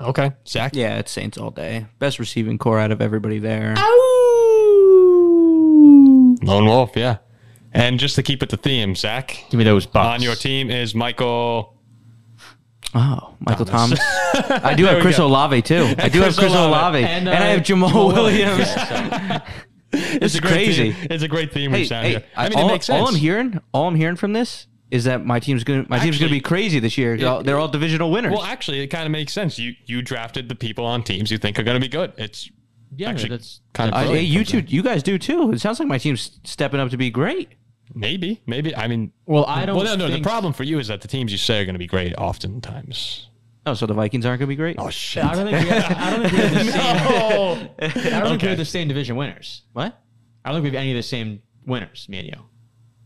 S1: Okay, Zach.
S4: Yeah, it's Saints all day. Best receiving core out of everybody there.
S1: Lone Wolf. Yeah. And just to keep it the theme, Zach.
S2: Give me those bucks.
S1: On your team is Michael.
S4: Oh, Michael Thomas. I do
S1: There
S4: have
S1: we
S4: Chris
S1: go.
S4: Olave too. I do have
S1: Chris
S4: Chris
S1: Olave.
S4: Olave,
S2: And,
S4: and, I
S2: uh,
S4: have Jamal,
S2: Jamal Williams.
S4: Williams.
S1: It's,
S4: It's
S1: a great
S4: crazy.
S1: Theme. It's a great theme
S4: Hey,
S1: we've sound
S4: hey,
S1: here. I mean,
S4: all,
S1: it makes sense.
S4: all I'm hearing, all I'm hearing from this is that my team's gonna my team's gonna
S1: Actually-
S4: be crazy this year. They're all- They're all divisional winners.
S1: Well, actually, it kind of makes sense. You you drafted the people on teams you think are going to be good. It's
S2: Yeah,
S1: Actually,
S2: that's
S1: kind of
S2: that's
S4: Uh,
S1: Really?
S4: hey, you two, you guys do too. It sounds like my team's stepping up to be great.
S1: Maybe, maybe. I mean,
S2: Well, I don't.
S1: well, no, no.
S2: think-
S1: The problem for you is that the teams you say are going to be great oftentimes.
S4: Oh, so the Vikings aren't gonna be great.
S1: Oh shit!
S2: I don't think we have, I don't think we have the same.
S1: no.
S2: I don't think we
S1: Okay.
S2: have the same division winners.
S4: What?
S2: I don't think we have any of the same winners. Me and you,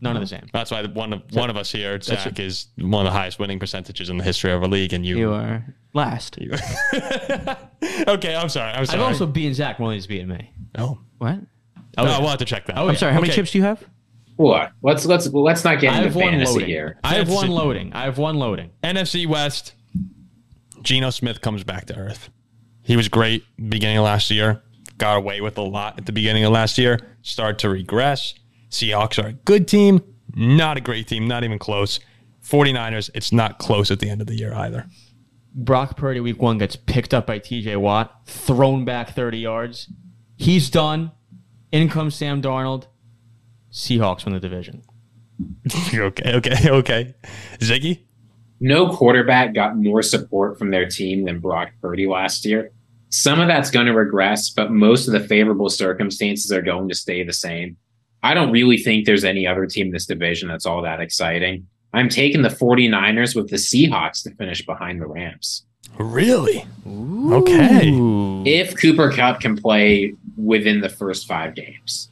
S2: none of the same.
S1: That's why the- one of one of us here, Zach, is one of the highest winning percentages in the history of our league, and you.
S4: You are last.
S1: okay, I'm sorry. I'm sorry.
S2: I've also beaten Zach more than he's beaten me.
S1: oh,
S4: What?
S1: no, we'll have to check that.
S4: I'm sorry. How many
S1: Okay.
S4: chips do you have?
S3: What? Let's let's let's not get
S2: I
S3: into
S2: have one
S3: fantasy
S2: loading.
S3: here.
S2: I have
S1: That's
S2: one
S1: it.
S2: loading. I have one loading.
S1: NFC West, Geno Smith comes back to earth. He was great beginning of last year, got away with a lot at the beginning of last year, started to regress. Seahawks are a good team, not a great team, not even close. 49ers, it's not close at the end of the year either.
S2: Brock Purdy week one gets picked up by TJ Watt, thrown back 30 yards. He's done. In comes Sam Darnold. Seahawks win the division.
S1: okay, okay, okay. Ziggy?
S3: No quarterback got more support from their team than Brock Purdy last year. Some of that's going to regress, but most of the favorable circumstances are going to stay the same. I don't really think there's any other team in this division that's all that exciting. I'm taking the 49ers with the Seahawks to finish behind the Rams.
S1: Really? Okay.
S3: If Cooper Cup can play within the first five games.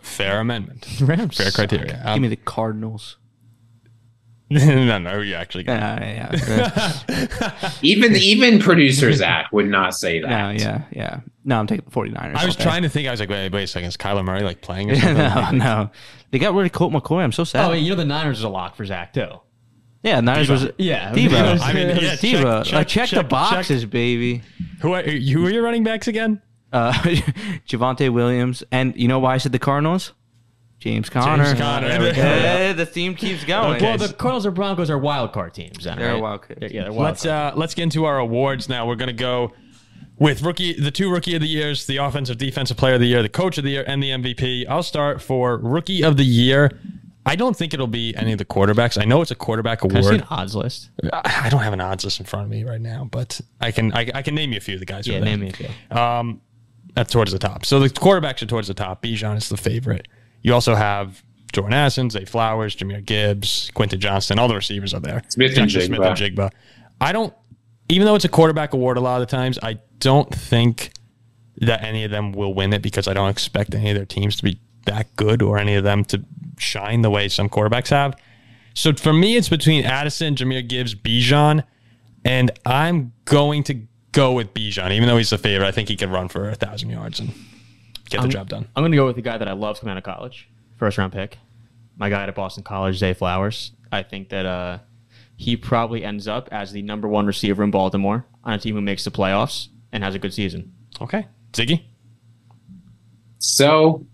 S1: Fair amendment.
S2: Rams.
S1: Fair criteria. Um,
S4: Give me the Cardinals.
S1: no, no, you actually
S4: Uh,
S1: got
S4: yeah.
S3: Even even producer Zach would not say that.
S4: no, yeah, yeah. No, I'm taking the 49ers.
S1: I was
S4: Okay.
S1: trying to think. I was like, wait, wait a second. Is Kyler Murray like playing or something?
S4: no, no. They got rid of Colt McCoy. I'm so sad.
S2: Oh, you know the Niners is a lock for Zach too.
S4: yeah, Niners was
S2: Yeah,
S4: Debo.
S1: I mean, yeah, check-
S4: Diva.
S1: check-
S4: Like, check, the
S1: check-
S4: boxes, baby.
S1: Who are, who are your running backs again?
S4: Uh, Javante Williams, and you know why I said the Cardinals? James Conner.
S1: Conner. There we go.
S4: Yeah, the theme keeps going.
S2: Well, Oh, the Cardinals or Broncos are wild card teams. Then,
S4: They're
S2: right?
S4: wild card.
S2: Yeah, yeah, they're wild
S1: Let's uh, let's get into our awards now. We're gonna go with rookie, the two rookie of the years, the offensive defensive player of the year, the coach of the year, and the MVP. I'll start for rookie of the year. I don't think it'll be any of the quarterbacks. I know it's a quarterback
S2: Can I see an
S1: award.
S2: odds list?
S1: I I don't have an odds list in front of me right now, but I can I, I can name you a few of the guys.
S2: Yeah,
S1: for that.
S2: name me a few.
S1: That's towards the top. So the quarterbacks are towards the top. Bijan is the favorite. You also have Jordan Addison, Zay Flowers, Jameer Gibbs, Quinton Johnston. All the receivers are there.
S3: Smith and
S1: Jackson Smith and Jigba. I don't, even though it's a quarterback award a lot of the times, I don't think that any of them will win it because I don't expect any of their teams to be that good or any of them to shine the way some quarterbacks have. So for me, it's between Addison, Jameer Gibbs, Bijan, and I'm going to go with Bijan, even though he's the favorite. I think he could run for a thousand yards and get the job done.
S2: I'm going to go with the guy that I loved coming out of college, first round pick. My guy at Boston College, Zay Flowers. I think that uh, he probably ends up as the number one receiver in Baltimore on a team who makes the playoffs and has a good season.
S1: Okay, Ziggy.
S3: So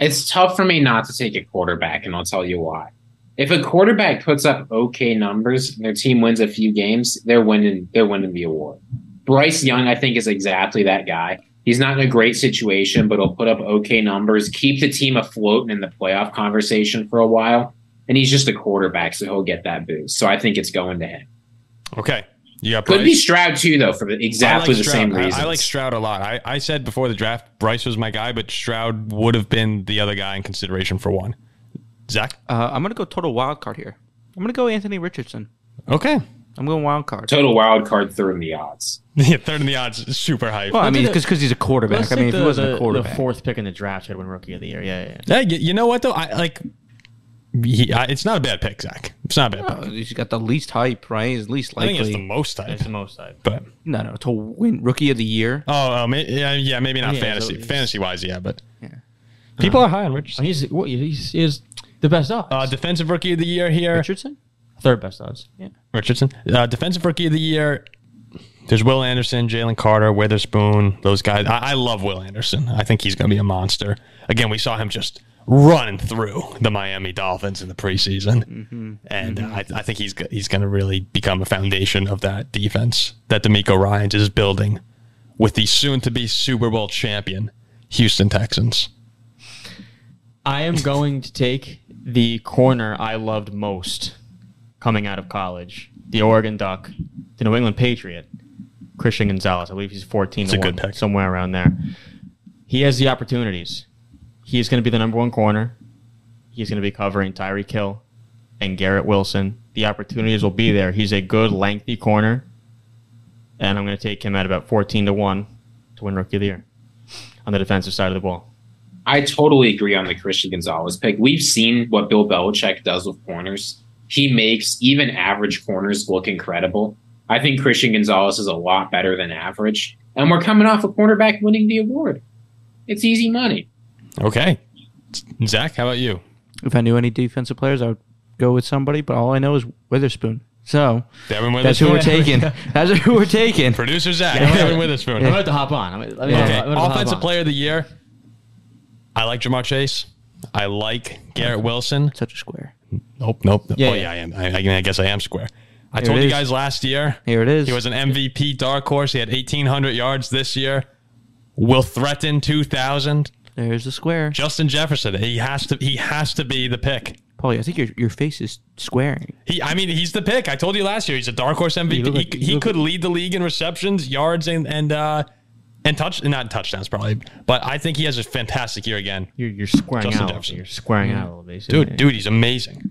S3: it's tough for me not to take a quarterback, and I'll tell you why. If a quarterback puts up okay numbers and their team wins a few games, they're winning they're winning the award. Bryce Young, I think, is exactly that guy. He's not in a great situation, but he'll put up okay numbers, keep the team afloat and in the playoff conversation for a while. And he's just a quarterback, so he'll get that boost. So I think it's going to him.
S1: Okay, you got
S3: Could
S1: Bryce.
S3: be Stroud too, though, for the, exactly
S1: I like
S3: the same
S1: Stroud. I-
S3: reason.
S1: I, like Stroud a lot. I, I said before the draft, Bryce was my guy, but Stroud would have been the other guy in consideration for one. Zach?
S4: uh, I'm going to go total wild card here. I'm going to go Anthony Richardson.
S1: Okay.
S4: I'm going wild card.
S3: Total wild card third in the odds.
S1: Yeah, third in the odds, super hype.
S4: Well, I mean,
S2: do the-
S4: because he's a quarterback. I mean, if he wasn't a quarterback.
S2: fourth pick in the draft should win Rookie of the Year. Yeah, yeah.
S1: Hey, you you know what, though? I like. He, I, it's not a bad pick, Zach. It's not a bad pick.
S4: Uh, he's got the least hype, right? He's least
S1: I think it's
S4: likely.
S1: the most
S2: yeah.
S1: hype.
S2: It's the most I've.
S1: But
S4: no, no, to win rookie of the year.
S1: oh, um, it- yeah, yeah, maybe not
S2: Yeah,
S1: fantasy,
S2: so-
S1: fantasy wise, yeah, but
S4: Yeah.
S1: people are high on Richardson.
S2: He's, what- he's, he's the best odds.
S1: Uh, defensive rookie of the year here,
S4: Richardson?
S2: Third best odds.
S1: Richardson. Uh, defensive rookie of the year. There's Will Anderson, Jalen Carter, Witherspoon, those guys. I, I love Will Anderson. I think he's going to be a monster. Again, we saw him just running through the Miami Dolphins in the preseason,
S4: Mm-hmm.
S1: and uh, I, I think he's go- he's going to really become a foundation of that defense that D'Amico Ryan's is building with the soon-to-be Super Bowl champion Houston Texans.
S2: I am going to take the corner I loved most coming out of college, the Oregon Duck, the New England Patriot, Christian Gonzalez. I believe he's 14
S1: It's
S2: to
S1: a
S2: 1,
S1: good pick.
S2: somewhere around there. He has the opportunities. He is going to be the number one corner. He's going to be covering Tyree Kill and Garrett Wilson. The opportunities will be there. He's a good, lengthy corner. And I'm going to take him at about 14 to 1 to win Rookie of the Year on the defensive side of the ball.
S3: I totally agree on the Christian Gonzalez pick. We've seen what Bill Belichick does with corners. He makes even average corners look incredible. I think Christian Gonzalez is a lot better than average. And we're coming off a cornerback winning the award. It's easy money.
S1: Okay. Zach, how about you?
S4: If I knew any defensive players, I would go with somebody. But all I know is Witherspoon. So
S1: Devin Witherspoon.
S4: that's who we're taking. That's who we're taking.
S1: Producer Zach.
S2: Yeah.
S1: Devin Witherspoon.
S2: I'm going to have to hop on. I'm gonna- I'm gonna-
S1: Okay.
S2: I'm gonna hop
S1: Offensive
S2: on.
S1: player of the year. I like Jamar Chase. I like Garrett Wilson.
S4: Such a square.
S1: Nope, nope.
S2: Yeah,
S1: oh,
S2: yeah.
S1: yeah, I am. I, I mean, I guess I am square. I
S4: Here
S1: told
S4: it
S1: you
S4: is.
S1: guys last year
S4: Here it is.
S1: he was an MVP dark horse. He had 1,800 yards this year. Will threaten 2,000.
S4: There's the square.
S1: Justin Jefferson. He has to. He has to be the pick.
S4: Paulie, I think your your face is squaring.
S1: He. I mean, he's the pick. I told you last year. He's a dark horse MVP. He-
S2: look like-
S1: he
S2: you look-
S1: could lead the league in receptions, yards, and and uh, and touch. Not touchdowns, probably. But I think he has a fantastic year again.
S2: You're, you're squaring
S1: Justin
S2: out.
S1: Jefferson.
S2: You're squaring out a little bit.
S1: Dude, dude, he's amazing.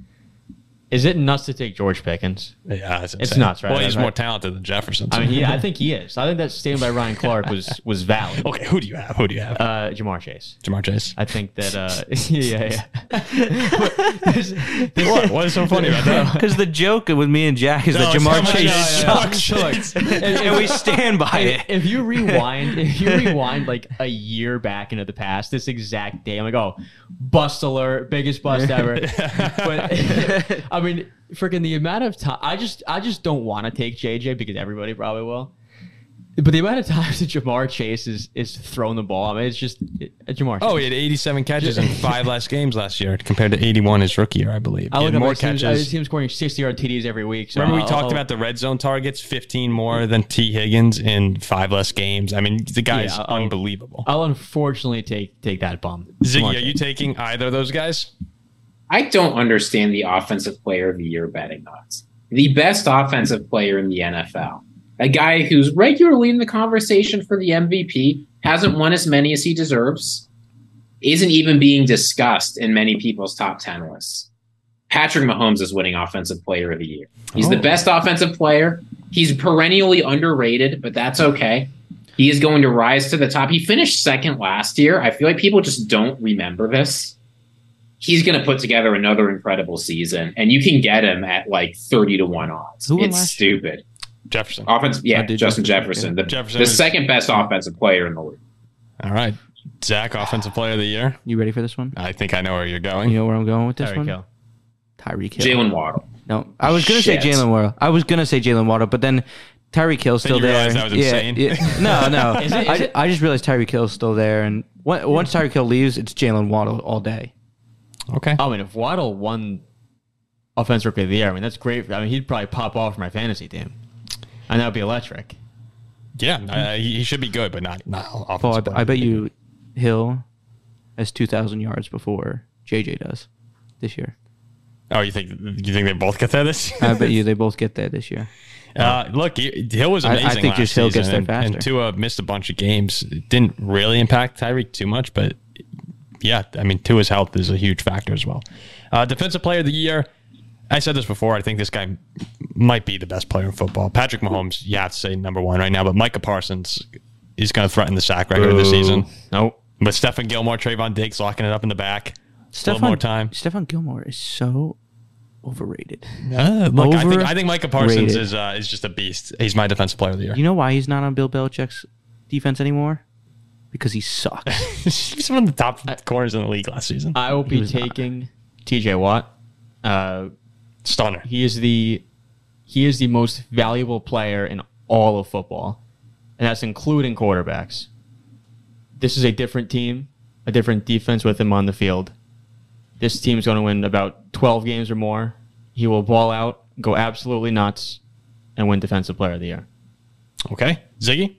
S2: Is it nuts to take George Pickens?
S1: Yeah, it's,
S2: It's
S1: insane.
S2: nuts, right?
S1: Well, he's
S2: Right.
S1: more talented than Jefferson.
S2: I mean, he, I think he is. I think that statement by Ryan Clark was was valid.
S1: okay, who do you have? Who do you have?
S2: Uh, Jamar Chase.
S1: Jamar Chase.
S2: I think that. Uh, yeah, yeah. What- this- this-
S1: What? What is so funny about that?
S4: Because the joke with me and Jack is
S1: No,
S4: that
S1: it's
S4: Jamar
S1: how much
S4: Chase
S1: I-
S4: sucks.
S1: Jamar Chase.
S4: and we stand by it.
S2: If you rewind, if you rewind like a year back into the past, this exact day, I'm like, oh, bust alert, biggest bust ever. but I mean, freaking the amount of time, I just, I just don't want to take JJ because everybody probably will. But the amount of times that Jamar Chase is is thrown the ball, I mean, it's just it, Jamar. Chase.
S1: Oh, he had 87 catches in five last games last year, compared to 81 his rookie year, I believe.
S2: I
S1: He
S2: look
S1: had
S2: at
S1: more
S2: my teams- I
S1: catches.
S2: see him scoring 60 yard TDs every week. So
S4: Uh,
S1: Remember we
S2: I'll-
S1: talked
S2: I'll-
S4: oh.
S1: about the red zone targets, 15 more than T. Higgins in five less games. I mean, the guy is
S2: Yeah,
S4: um,
S2: I'll-
S1: unbelievable.
S4: uh,
S2: I'll unfortunately take take that bum. Jamar
S1: Ziggy, are
S2: Chase.
S1: you taking either of those guys?
S3: I don't understand the offensive player of the year betting odds. The best offensive player in the NFL, a guy who's regularly in the conversation for the MVP, hasn't won as many as he deserves, isn't even being discussed in many people's top 10 lists. Patrick Mahomes is winning offensive player of the year. He's the
S1: Oh.
S3: best offensive player. He's perennially underrated, but that's okay. He is going to rise to the top. He finished second last year. I feel like people just don't remember this he's going to put together another incredible season, and you can get him at like thirty to one odds.
S4: Who won
S3: it's
S4: last
S3: stupid.
S1: Jefferson.
S3: Offense, yeah,
S4: Oh, dude,
S3: Justin
S4: Jefferson,
S3: Jefferson, the,
S1: Jefferson
S3: the
S1: is-
S3: second best offensive player in the league.
S1: All right. Zach, offensive player of the year.
S4: You ready for this one?
S1: I think I know where you're
S4: You
S1: going.
S4: know where I'm going with this
S2: Tyreek
S4: one?
S2: Hill.
S4: Tyreek Hill.
S3: Jalen Waddle.
S4: No, I was gonna say
S3: Shit.
S4: Jalen Waddle. I was gonna say Jalen Waddle, but then Tyreek Hill's
S1: Then
S4: still
S1: you
S4: there.
S1: realized that was insane.
S4: No, no.
S2: Is it- is
S4: I,
S2: it-
S4: I just realized Tyreek Hill's still there, and on- once Tyreek Hill leaves, it's Jalen Waddle all day. Uh,
S1: Okay.
S2: I mean, if Waddle won offensive rookie of the year, I mean that's great. I mean he'd probably pop off for my fantasy team, and that would be electric.
S1: Yeah, uh, he, he should be good, but not, not offensive
S4: Paul, I,
S1: player
S4: I
S1: of the
S4: bet
S1: year.
S4: you Hill has two thousand yards before JJ does this year.
S1: Oh, you think you think they both get there this? year?
S4: I bet you they both get there this year.
S1: Uh, look, he- Hill was
S4: I- I
S1: amazing.
S4: think
S1: last
S4: just Hill
S1: season,
S4: gets there
S1: and,
S4: faster.
S1: And Tua missed a bunch of games. It didn't really impact Tyreek too much, but yeah, I mean, Tua's health is a huge factor as well. Uh, defensive player of the year. I said this before. I think this guy might be the best player in football. Patrick Mahomes, yeah, I'd say number one right now, but Micah Parsons is going to threaten the sack record this season.
S2: Nope.
S1: But Stephen Gilmore, Trayvon Diggs locking it up in the back. A little
S4: Stephon-
S1: more time.
S4: Stephon Gilmore is so overrated.
S1: Uh, look, I think I think Micah Parsons
S4: Overrated.
S1: is uh, is just a beast. He's my defensive player of the year.
S4: You know why he's not on Bill Belichick's defense anymore? Because he sucks.
S1: He's one of the top corners in the league last season.
S2: I will be
S4: was not.
S2: taking TJ Watt. Uh,
S1: Stunner.
S2: he is the he is the most valuable player in all of football, and that's including quarterbacks. This is a different team, a different defense with him on the field. This team's going to win about 12 games or more. He will ball out, go absolutely nuts, and win Defensive Player of the Year.
S1: Okay. Ziggy?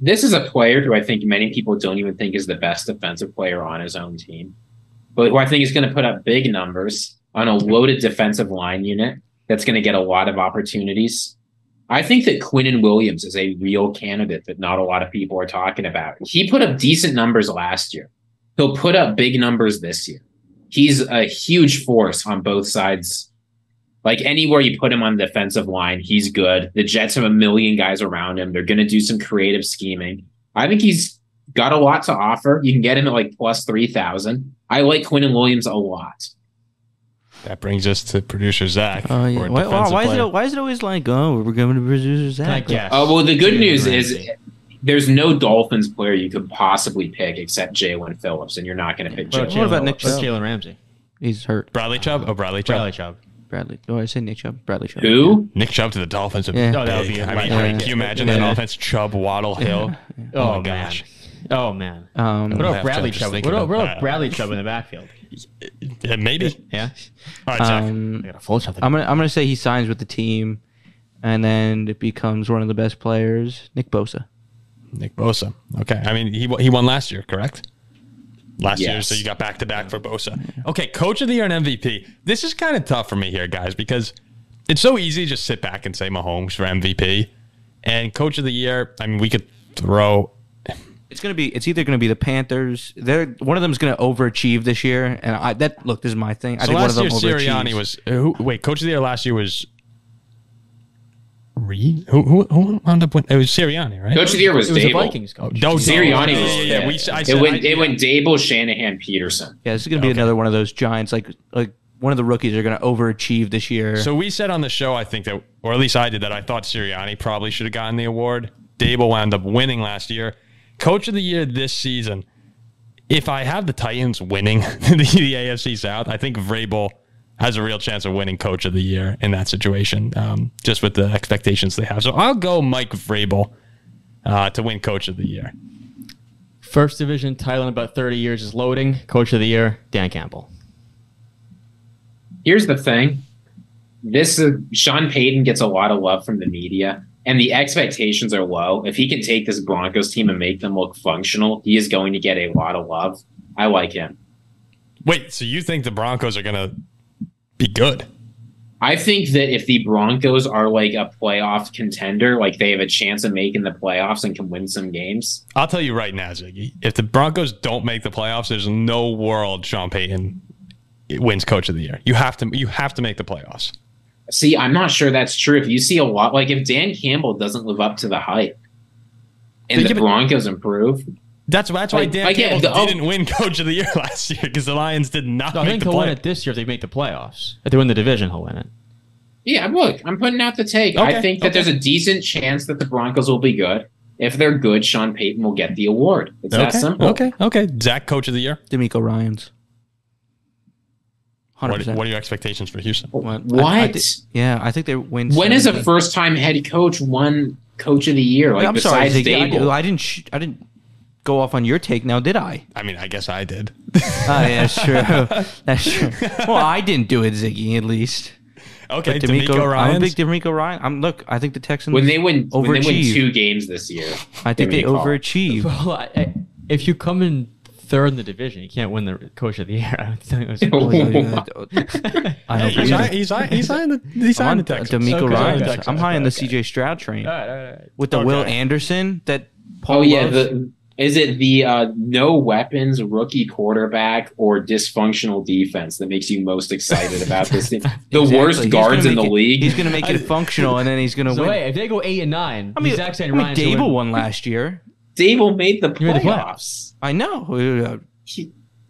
S3: This is a player who I think many people don't even think is the best defensive player on his own team, but who I think is going to put up big numbers on a loaded defensive line unit that's going to get a lot of opportunities. I think that Quinnen Williams is a real candidate that not a lot of people are talking about. He put up decent numbers last year. He'll put up big numbers this year. He's a huge force on both sides. Like anywhere you put him on the defensive line, he's good. The Jets have a million guys around him. They're going to do some creative scheming. I think he's got a lot to offer. You can get him at like plus 3,000. I like Quinnen Williams a lot.
S1: That brings us to producer Zach.
S4: Oh, yeah.
S1: for
S4: Why,
S1: defensive
S4: why is
S1: player.
S4: it, why is it always like, oh, we're going to producer Zach?
S2: I guess.
S3: Oh, well, the good
S2: Jalen
S3: news is
S2: Ramsey.
S3: there's no Dolphins player you could possibly pick except Jalen Phillips, and you're not going to pick
S2: What
S3: Jalen.
S2: about,
S4: What about Nick
S2: Phillips?
S4: Chubb?
S2: Jalen Ramsey?
S4: He's hurt.
S1: Bradley Chubb? Oh, Bradley Chubb.
S2: Bradley Chubb.
S4: Bradley. Oh, I said Nick Chubb. Bradley Chubb.
S3: Who?
S1: Nick Chubb to the Dolphins would be
S4: Yeah.
S1: big.
S2: Oh, that would be a
S1: I
S2: lot.
S1: mean, I mean,
S2: Yeah.
S1: can you imagine
S4: Yeah.
S1: that offense? Chubb, Waddle, Hill. Oh, my
S2: man.
S1: gosh.
S2: Oh man. What
S4: Um,
S1: half
S2: about
S1: time
S2: Bradley
S1: just
S2: Chubb? What
S1: thinking
S2: about, what
S1: about
S2: about
S1: that.
S2: Bradley Chubb in the backfield?
S1: Yeah, Uh, maybe.
S2: Yeah.
S1: All right, Zach.
S4: um,
S2: I got a full shot.
S4: I'm gonna I'm gonna say he signs with the team, and then it becomes one of the best players, Nick Bosa.
S1: Nick Bosa. Okay. I mean, he, won- he won last year, correct? Last year,
S3: Yes.
S1: so you got back to back for Bosa. Okay, coach of the year and MVP. This is kind of tough for me here, guys, because it's so easy to just sit back and say Mahomes for MVP. And coach of the year, I mean, we could throw.
S4: It's gonna be it's either gonna be the Panthers. They're one of them's gonna overachieve this year, and I that look this is my thing. I
S1: So
S4: think
S1: last
S4: one
S1: year,
S4: of them
S1: Sirianni
S4: overachieves.
S1: was. Who, wait, coach of the year last year was. Reed? Who, who, who wound up winning? It was Sirianni, right?
S3: Coach of the year was
S2: it was a
S3: Dable.
S2: Vikings coach.
S1: Don't-
S3: Sirianni
S1: Yeah,
S3: was
S1: yeah, yeah,
S3: fifth.
S1: We, I said,
S3: It
S1: I-
S3: went, it went Dable, Shanahan, Peterson.
S4: yeah. This is gonna be
S1: Okay.
S4: another one of those giants. Like like one of the rookies are gonna overachieve this year.
S1: So we said on the show, I think that, or at least I did, that I thought Sirianni probably should have gotten the award. Dable wound up winning last year. Coach of the year this season. If I have the Titans winning the, the AFC South, I think Vrabel has a real chance of winning Coach of the Year in that situation, um, just with the expectations they have. So I'll go Mike Vrabel uh, to win Coach of the Year.
S2: First division title in about 30 years is loading. Coach of the year, Dan Campbell.
S3: Here's the thing. This is Sean Payton gets a lot of love from the media, and the expectations are low. If he can take this Broncos team and make them look functional, he is going to get a lot of love. I like him.
S1: Wait, so you think the Broncos are going to be good?
S3: I think that if the Broncos are like a playoff contender, like they have a chance of making the playoffs and can win some games,
S1: I'll tell you right now, Ziggy. If the Broncos don't make the playoffs, there's no world Sean Payton wins Coach of the Year. You have to you have to make the playoffs.
S3: See, I'm not sure that's true. If you see a lot, like if Dan Campbell doesn't live up to the hype, and
S1: Yeah,
S3: the
S1: but-
S3: Broncos improve,
S1: That's that's why
S3: I-
S1: Dan
S3: I get
S1: Campbell
S3: the- oh.
S1: didn't win Coach of the Year last year because the Lions did not
S2: I
S1: make
S2: think
S1: the
S2: he'll win
S1: playoffs.
S2: it this year if they make the playoffs. If they win the division, he'll win it.
S3: yeah, look, I'm putting out the take.
S1: Okay,
S3: I think that
S1: okay.
S3: there's a decent chance that the Broncos will be good. If they're good, Sean Payton will get the award. It's that simple.
S1: okay, okay. Zach, Coach of the Year.
S4: D'Amico Ryan's. Hundred
S1: What, what
S4: percent.
S1: are your expectations for Houston?
S3: What?
S4: I- I thi- yeah, I think they win.
S3: when is a
S4: seven.
S3: first time head coach won coach of the year? Like
S4: I'm sorry,
S3: besides
S4: Ziggy, I,
S3: Dable.
S4: did, I didn't. Sh- I didn't go off on your take. Now, did I?
S1: I mean, I guess I did.
S4: Oh, yeah, that's true. That's true. Well, I didn't do it, Ziggy. At least.
S1: Okay,
S4: D'Amico-
S1: D'Amico,
S4: I'm a big
S1: Ryan.
S4: D'Amico Ryan. I'm look. I think the Texans.
S3: when they win, when they win
S4: Overachieve.
S3: two games this year,
S4: I think
S3: give me
S4: they
S3: a call.
S4: overachieve.
S2: Well, I, I, if you come in third in the division, you can't win the coach of the year. I don't think it was-
S4: I
S1: Hey,
S4: don't
S1: he's
S4: believe
S1: high-
S4: it.
S1: he's high- he's high in the he's high in
S4: I'm on
S1: the Texans.
S4: D'Amico
S2: Okay.
S4: Ryan.
S2: Okay.
S4: I'm high on the CJ Stroud train
S2: All right, all right, all right.
S4: with the Will
S1: Okay.
S4: Anderson that. Paul
S3: Oh yeah,
S4: loves.
S3: the is it the uh, no weapons rookie quarterback or dysfunctional defense that makes you most excited about this team? The
S4: Exactly.
S3: worst
S4: He's
S3: guards
S4: gonna
S3: in the
S4: make it-
S3: league.
S4: He's going to make it functional, and then he's going to
S2: So
S4: win.
S2: hey, if they go eight and nine,
S4: I mean,
S2: Zach
S4: I
S2: St.
S4: mean
S2: Ryan's
S4: Dable
S2: win.
S4: won last year.
S3: Dable made the
S2: You made the
S3: playoffs.
S4: I know. Uh,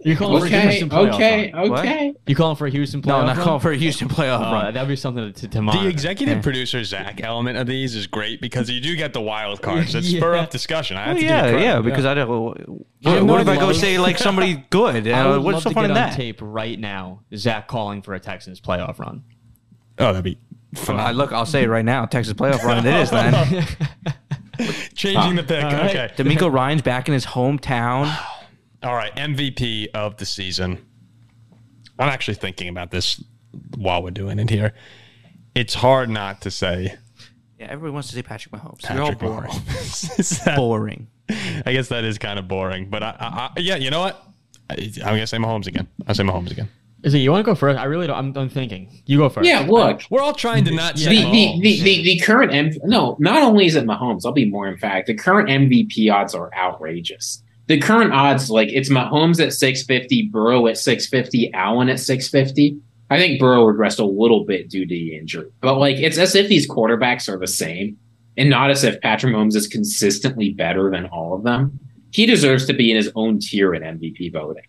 S2: You're calling for a
S3: Okay,
S2: Houston playoff.
S3: okay,
S2: run.
S4: What?
S3: okay.
S2: You calling for a Houston playoff?
S4: No, not
S2: run?
S4: calling for a Houston playoff
S2: Uh,
S4: run.
S2: That'd be something to, to
S1: The
S2: monitor.
S1: executive
S4: Yeah.
S1: producer Zach element of these is great because you do get the wild cards that spur
S2: Yeah.
S1: up discussion. I have
S4: Well,
S1: to
S4: yeah,
S1: give you
S4: yeah,
S1: credit.
S4: because I don't. What,
S2: I
S4: what
S2: would
S4: if I go
S2: love-
S4: say like somebody good?
S2: I
S4: Uh,
S2: would
S4: what's
S2: love
S4: the
S2: to
S4: fun
S2: get
S4: in
S2: on
S4: that?
S2: tape right now. Zach calling for a Texans playoff run.
S1: Oh, that'd be
S4: Well,
S1: phenomenal.
S4: I look, I'll say it right now. Texas playoff run. It is then.
S1: Changing the pick.
S2: All right.
S1: Okay.
S4: D'Amico Ryan's back in his hometown.
S1: All right. MVP of the season. I'm actually thinking about this while we're doing it here. It's hard not to say
S4: Yeah, everybody wants to say Patrick Mahomes. They're all
S1: Patrick
S4: boring.
S1: Mahomes. Is that-
S4: boring.
S1: I guess that is kind of boring, but I, I, I yeah, you know what? I, I'm gonna say Mahomes again. I'll say Mahomes again.
S2: Is it you want to go first? I really don't. I'm, I'm thinking. You go first.
S3: Yeah, look,
S1: We're all trying
S2: Mm-hmm.
S1: to not
S3: the,
S1: say
S3: the, the, the, the current M- no, not only is it Mahomes, I'll be more emphatic. The current MVP odds are outrageous. The current odds, like it's Mahomes at 650, Burrow at 650, Allen at 650. I think Burrow regressed a little bit due to the injury, but like it's as if these quarterbacks are the same, and not as if Patrick Mahomes is consistently better than all of them. He deserves to be in his own tier in MVP voting.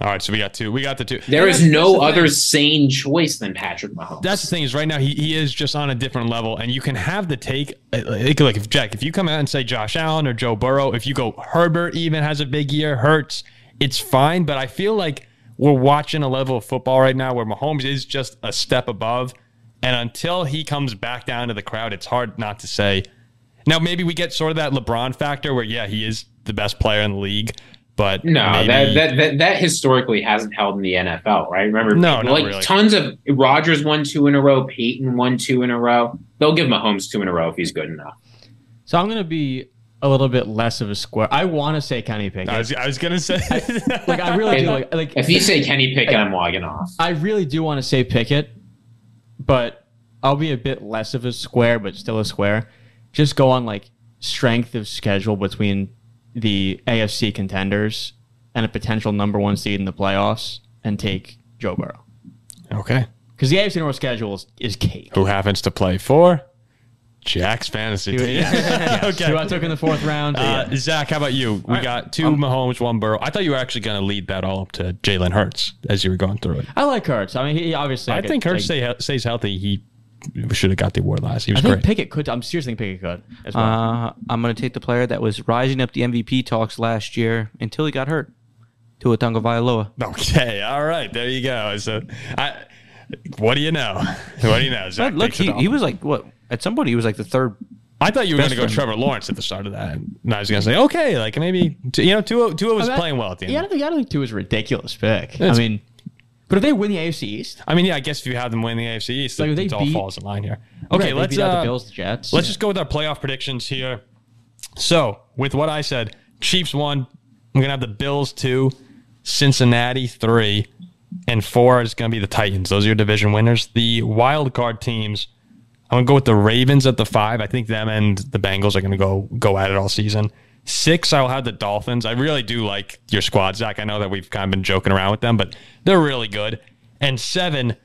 S1: All right, so we got two. We got the two.
S3: There
S1: And
S3: is
S1: that's- that's
S3: no
S1: the thing.
S3: other sane choice than Patrick Mahomes.
S1: That's the thing is right now he, he is just on a different level, and you can have the take. Like, like if Jack, if you come out and say Josh Allen or Joe Burrow, if you go Herbert even has a big year, Hurts, it's fine. But I feel like we're watching a level of football right now where Mahomes is just a step above, and until he comes back down to the crowd, it's hard not to say. Now maybe we get sort of that LeBron factor where yeah he is the best player in the league, but
S3: No,
S1: maybe-
S3: that, that that that historically hasn't held in the NFL, right? Remember,
S1: No,
S3: people-
S1: not
S3: like
S1: really.
S3: tons of Rogers won two in a row, Peyton won two in a row. They'll give Mahomes two in a row if he's good enough.
S2: So I'm gonna be a little bit less of a square. I want to say Kenny Pickett.
S1: I was I was gonna say
S2: like I really do. Like, like
S3: If you say Kenny Pickett, I'm logging off.
S2: I really do want to say Pickett, but I'll be a bit less of a square, but still a square. Just go on like strength of schedule between the AFC contenders and a potential number one seed in the playoffs, and take Joe Burrow
S1: okay.
S2: because the AFC North schedule is, is cake.
S1: who happens to play for Jack's fantasy team.
S2: Who
S1: okay.
S2: I took in the fourth round.
S1: Uh, Zach, how about you? We got two Mahomes, one Burrow. I thought you were actually going to lead that all up to Jalen Hurts as you were going through it.
S2: I like Hurts. I mean, he obviously.
S1: I
S2: could
S1: think Hurts
S2: take-
S1: stay, he- stays healthy. He should have got the award last. He
S2: I
S1: was
S2: think
S1: great.
S2: Pickett could. I'm seriously thinking Pickett could as well.
S4: Uh, I'm going to take the player that was rising up the MVP talks last year until he got hurt. Tua Tagovailoa.
S1: okay, all right, there you go. So, I, what do you know? What do you know? Zach
S4: But look,
S1: takes it
S4: he,
S1: all.
S4: he was like what? At some point, he was like the third.
S1: I thought you were going to go
S4: best friend.
S1: Trevor Lawrence at the start of that, and I was going to say, okay, like maybe you know, Tua, Tua was
S2: I mean,
S1: playing well at the end.
S2: Yeah, I don't think I don't think two is a ridiculous pick.
S1: It's-
S2: I mean, but if they win the AFC East,
S1: I mean, yeah, I guess if you have them win the AFC East,
S2: Like,
S1: it,
S2: they
S1: it all
S2: beat-
S1: falls in line here. Okay,
S2: they
S1: let's
S2: beat out
S1: uh,
S2: the Bills, the Jets.
S1: let's just go with our playoff predictions here. So, with what I said, Chiefs one. I'm gonna have the Bills two, Cincinnati three, and four is gonna be the Titans. Those are your division winners. The wild card teams. I'm gonna go with the Ravens at the five. I think them and the Bengals are gonna go go at it all season. Six, I'll have the Dolphins. I really do like your squad, Zach. I know that we've kind of been joking around with them, but they're really good. And seven,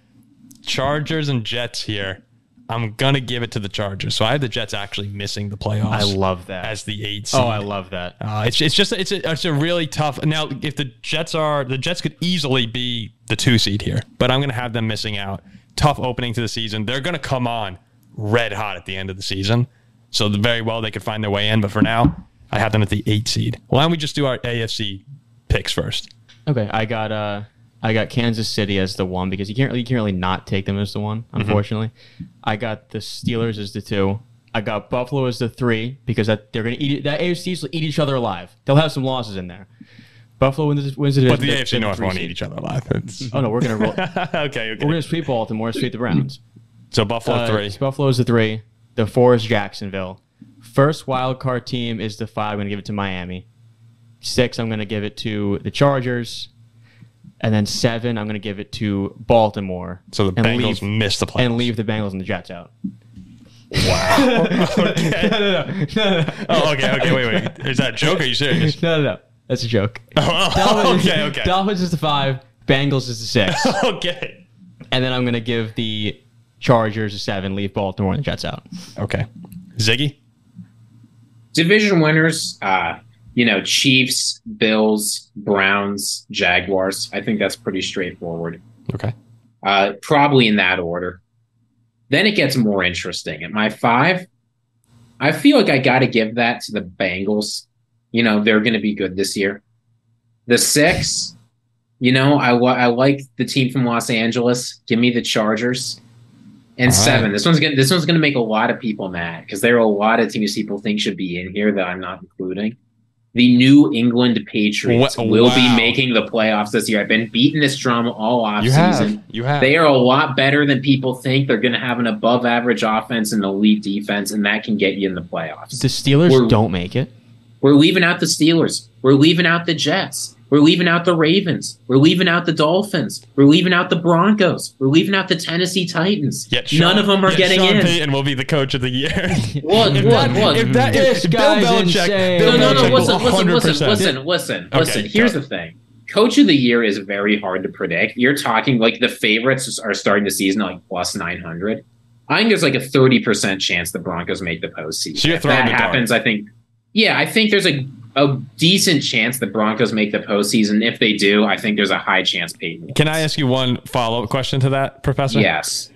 S1: Chargers and Jets here. I'm gonna give it to the Chargers. So I have the Jets actually missing the playoffs
S2: I love that.
S1: as the eight. Seed.
S2: oh, I love that.
S1: Uh, it's it's just it's a, it's a really tough. Now, if the Jets are the Jets could easily be the two seed here, but I'm going to have them missing out. Tough opening to the season. They're going to come on red hot at the end of the season, so very well they could find their way in. But for now, I have them at the eight seed. Why don't we just do our AFC picks first?
S2: Okay, I got uh, I got Kansas City as the one because you can't really, you can't really not take them as the one. Unfortunately, I got the Steelers as the two. I got Buffalo as the three because that they're gonna eat it- that AFCs will eat each other alive. They'll have some losses in there. Buffalo wins, wins the
S1: But
S2: division.
S1: the
S2: they're-
S1: AFC
S2: they're
S1: North
S2: three
S1: won't
S2: seed.
S1: eat each other alive. It's-
S2: Oh no, we're gonna roll,
S1: okay,
S2: we're
S1: okay.
S2: gonna sweep Baltimore, sweep the Browns.
S1: So Buffalo
S2: Uh,
S1: three.
S2: it's Buffalo's the three. The four is Jacksonville. First wild card team is the five. I'm going to give it to Miami. Six, I'm going to give it to the Chargers. And then seven, I'm going to give it to Baltimore.
S1: So the
S2: and
S1: Bengals
S2: leave,
S1: missed the playoffs.
S2: and leave the Bengals and the Jets out.
S1: Okay. Oh, okay, okay. Wait, wait. Is that a joke? Are you serious?
S2: No, no, no. That's a joke.
S1: Oh, okay, okay.
S2: Dolphins is the five. Bengals is the six.
S1: okay.
S2: and then I'm going to give the Chargers a seven. Leave Baltimore and the Jets out.
S1: Okay. Ziggy?
S3: division winners uh you know chiefs bills browns jaguars i think that's pretty straightforward
S1: Okay.
S3: uh probably in that order then it gets more interesting at my five i feel like i gotta give that to the bengals you know they're gonna be good this year the six you know i, wa- I like the team from los angeles give me the chargers and
S1: All right.
S3: seven this one's gonna this one's gonna make a lot of people mad because there are a lot of teams people think should be in here that i'm not including the new england patriots
S1: Wha-
S3: will be
S1: wow.
S3: making the playoffs this year i've been beating this drum all offseason
S1: You have.
S3: they are a lot better than people think. They're going to have an above average offense and elite defense, and that can get you in the playoffs.
S2: The Steelers
S3: We're-
S2: don't make it.
S3: We're leaving out the Steelers. We're leaving out the Jets. We're leaving out the Ravens. We're leaving out the Dolphins. We're leaving out the Broncos. We're leaving out the Tennessee Titans.
S1: Yet
S3: None of them are
S1: yet
S3: getting
S1: Sean
S3: in.
S1: Payton will be the coach of the year.
S3: Look,
S1: If
S3: look,
S1: that-
S3: look.
S1: If that
S2: This
S1: if Bill
S2: guy's
S1: Belichick,
S2: insane.
S1: Bill
S3: No, no, no.
S1: Belichick will
S3: Listen, listen,
S1: 100%.
S3: listen, listen, listen,
S1: Okay,
S3: listen. Here's
S1: go.
S3: the thing. Coach of the year is very hard to predict. You're talking like the favorites are starting the season at, like plus 900. I think there's like a 30% chance the Broncos make the postseason.
S1: So you're
S3: if
S1: throwing
S3: that
S1: the dart.
S3: happens, I think, yeah, I think there's a, a decent chance the Broncos make the postseason. If they do, I think there's a high chance Peyton. wins.
S1: Can I ask you one follow up question to that, Professor?
S3: Yes.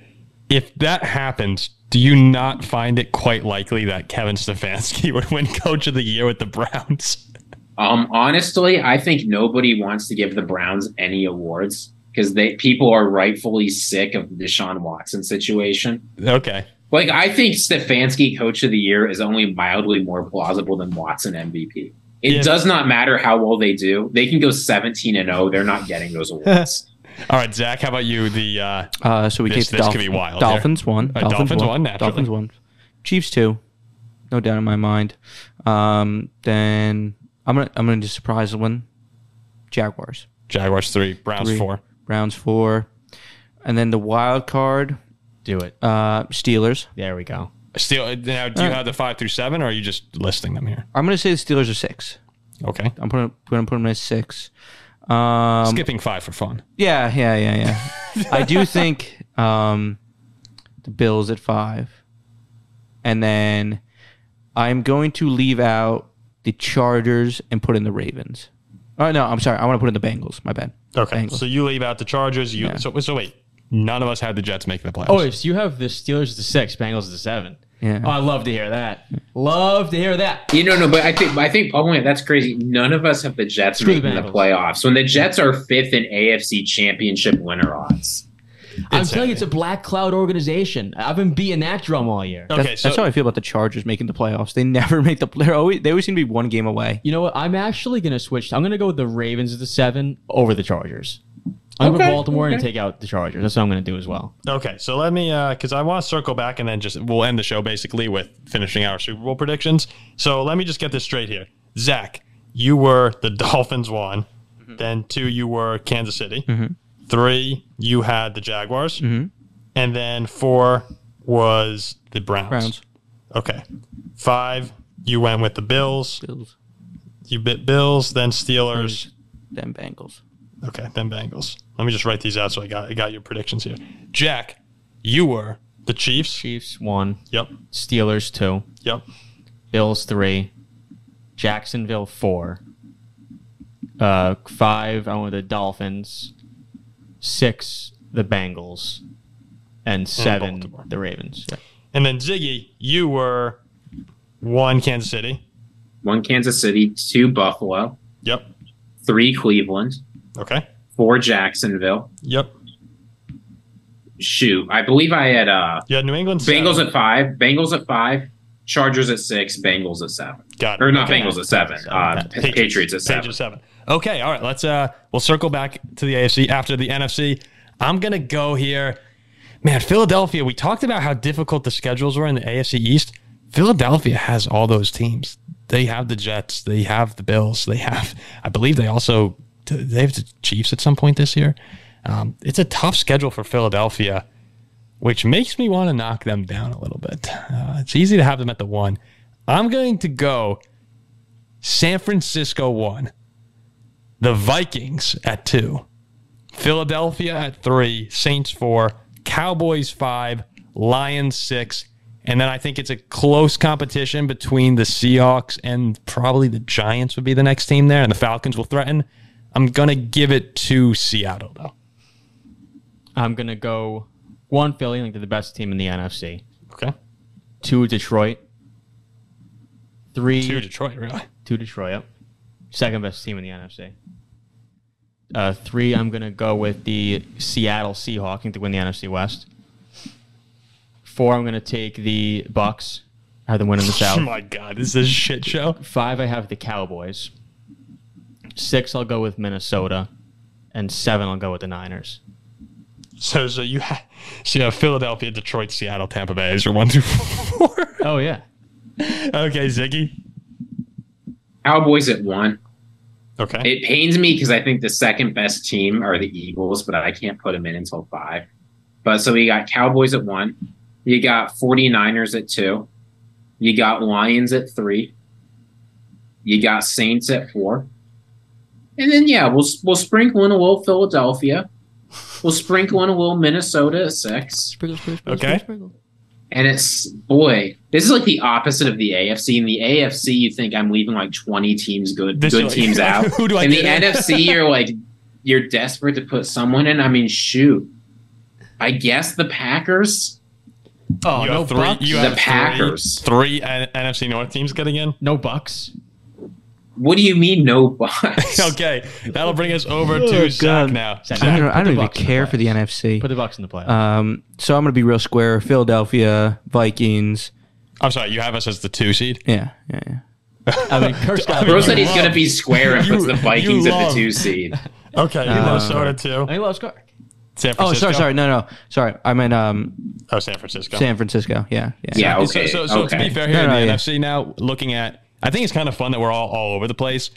S1: If that happens, do you not find it quite likely that Kevin Stefanski would win Coach of the Year with the Browns?
S3: Um, honestly, I think nobody wants to give the Browns any awards because they people are rightfully sick of the Deshaun Watson situation.
S1: Okay.
S3: Like, I think Stefanski Coach of the Year is only mildly more plausible than Watson MVP. It
S1: Yeah.
S3: does not matter how well they do; they can go seventeen and zero. They're not getting those awards.
S1: All right, Zach. How about you? The uh,
S4: Uh, so we
S1: This-
S4: take the
S1: this
S4: Dolph-
S1: could be wild here.
S4: Dolphins one.
S1: Uh, Dolphins won, naturally.
S4: Dolphins one. Chiefs two. No doubt in my mind. Um, then I'm gonna I'm gonna just surprise one. Jaguars.
S1: Jaguars three, Browns
S4: Three.
S1: four.
S4: Browns four. And then the wild card,
S2: Do it.
S4: uh, Steelers.
S2: There we go.
S1: Still, uh, now do you have the five through seven, or are you just listing them here?
S4: I'm gonna say the Steelers are six.
S1: Okay.
S4: I'm putting gonna put them at six. Um,
S1: Skipping five for fun.
S4: Yeah, yeah, yeah, yeah. I do think um, the Bills at five, and then I'm going to leave out the Chargers and put in the Ravens. Oh no, I'm sorry. I want to put in the Bengals. My bad.
S1: Okay.
S4: Bengals.
S1: So you leave out the Chargers. You
S4: Yeah.
S1: so so wait. None of us had the Jets making the playoffs.
S2: Oh, wait, so you have the Steelers as the six, Bengals as the seven.
S4: Yeah.
S2: Oh, I love to hear that. Love to hear that.
S3: you know, no, but I think I think oh wait, that's crazy. None of us have the Jets
S2: Screw the
S3: making the
S2: Bengals.
S3: playoffs when the Jets are fifth in AFC Championship winner odds.
S2: I'm
S1: It's
S2: telling
S1: happening.
S2: you, it's a black cloud organization. I've been beating that drum all year.
S1: okay.
S4: that's,
S1: so
S4: that's how I feel about the Chargers making the playoffs. They never make the. They're always they always seem to be one game away.
S2: You know what? I'm actually going to switch. I'm going to go with the Ravens as the seven over the Chargers. I'm going
S3: Okay,
S2: to Baltimore and
S3: okay.
S2: take out the Chargers. That's what I'm going to do as well.
S1: Okay, so let me because I want to circle back and then just we'll end the show basically with finishing our Super Bowl predictions. So let me just get this straight here, Zach. You were the Dolphins one,
S4: Mm-hmm.
S1: then two you were Kansas City, three you had the Jaguars,
S4: Mm-hmm.
S1: and then four was the Browns.
S4: Browns,
S1: Okay, five you went with the Bills.
S4: Bills,
S1: You bit Bills, then Steelers.
S4: then Bengals.
S1: Okay, then Bengals. Let me just write these out so I got I got your predictions here. Jack, you were the Chiefs.
S2: Chiefs, one.
S1: Yep.
S2: Steelers, two.
S1: Yep.
S2: Bills, three. Jacksonville, four. Uh, five, I went with the Dolphins. Six, the Bengals. And seven,
S1: Baltimore.
S2: the Ravens. Yeah.
S1: And then Ziggy, you were one Kansas City.
S3: One Kansas City, two Buffalo,
S1: Yep.
S3: three Cleveland,
S1: Okay.
S3: four Jacksonville.
S1: Yep.
S3: Shoot, I believe I had uh
S1: You had New England. seven.
S3: Bengals at five. Bengals at five. Chargers at six. Bengals at seven.
S1: Got it.
S3: Or not
S1: Okay.
S3: Bengals at seven. Uh, Patriots, at seven.
S1: Patriots seven. Okay. All right. Let's uh we'll circle back to the AFC after the NFC. I'm gonna go here. Man, Philadelphia, we talked about how difficult the schedules were in the AFC East. Philadelphia has all those teams. They have the Jets, they have the Bills, they have I believe they also they have the Chiefs at some point this year. Um, it's a tough schedule for Philadelphia, which makes me want to knock them down a little bit. Uh, it's easy to have them at the one. I'm going to go San Francisco one, the Vikings at two, Philadelphia at three, Saints four, Cowboys five, Lions six. And then I think it's a close competition between the Seahawks and probably the Giants would be the next team there, and the Falcons will threaten. I'm going to give it to Seattle, though.
S2: I'm going to go one, Philly. I think they're the best team in the NFC.
S1: Okay.
S2: Two, Detroit. Three,
S1: To Detroit, really.
S2: Two Detroit. Yep. Second best team in the NFC. Uh, three, I'm going to go with the Seattle Seahawks I think, to win the NFC West. Four, I'm going to take the Bucks. I have them winning the
S1: Oh
S2: South.
S1: my God, this is a shit show.
S2: Five, I have the Cowboys. Six, I'll go with Minnesota. And seven, I'll go with the Niners.
S1: So, so you have, so you have Philadelphia, Detroit, Seattle, Tampa Bay is your one through four.
S2: Oh, yeah.
S1: okay, Ziggy.
S3: Cowboys at one.
S1: Okay.
S3: It pains me because I think the second best team are the Eagles, but I can't put them in until five. But so we got Cowboys at one, you got 49ers at two, you got Lions at three, you got Saints at four. And then, yeah, we'll, we'll sprinkle in a little Philadelphia. We'll sprinkle in a little Minnesota at six.
S4: Sprinkle, sprinkle, sprinkle,
S1: Okay.
S4: sprinkle, sprinkle.
S3: And it's, boy, this is like the opposite of the AFC. In the AFC, you think I'm leaving like 20 teams good,
S1: This
S3: good
S1: is-
S3: teams out
S1: Who do I
S3: in the
S1: get in?
S3: NFC, you're like you're desperate to put someone in. I mean, shoot. I guess the Packers,
S2: Oh,
S1: You
S2: no
S1: have three.
S2: Bucks.
S1: You
S3: the
S1: have
S3: Packers.
S1: three, three N- NFC North teams getting in.
S2: no Bucks.
S3: What do you mean no Bucks?
S1: Okay, that'll bring us over to
S4: Oh,
S1: Zach
S4: God.
S1: now.
S2: Zach.
S4: I
S1: Zach,
S4: don't,
S2: put
S4: I
S2: the
S4: don't even
S2: Bucs in the
S4: care for the
S2: playoffs.
S4: NFC.
S2: Put the Bucks in the playoffs.
S4: Um, so I'm gonna be real square. Philadelphia Vikings.
S1: I'm sorry, you have us as the two seed.
S4: Yeah, yeah, yeah.
S2: I mean, Kirk's got.
S3: Bro
S1: You
S3: said he's
S1: love-
S3: going to be square and
S1: you-
S3: puts the Vikings
S1: you
S3: at the
S1: love-
S3: two seed.
S1: Okay,
S4: Uh,
S1: Minnesota too.
S2: I love Kirk.
S1: San Francisco.
S4: Oh, sorry, sorry. No, no, sorry. I meant um,
S1: Oh, San Francisco.
S4: San Francisco. Yeah, yeah. Uh,
S3: Yeah, okay.
S1: So, so, so
S3: okay.
S1: to be fair here
S4: No, no,
S1: in the
S4: yeah.
S1: NFC now, looking at, I think it's kind of fun that we're all all over the place.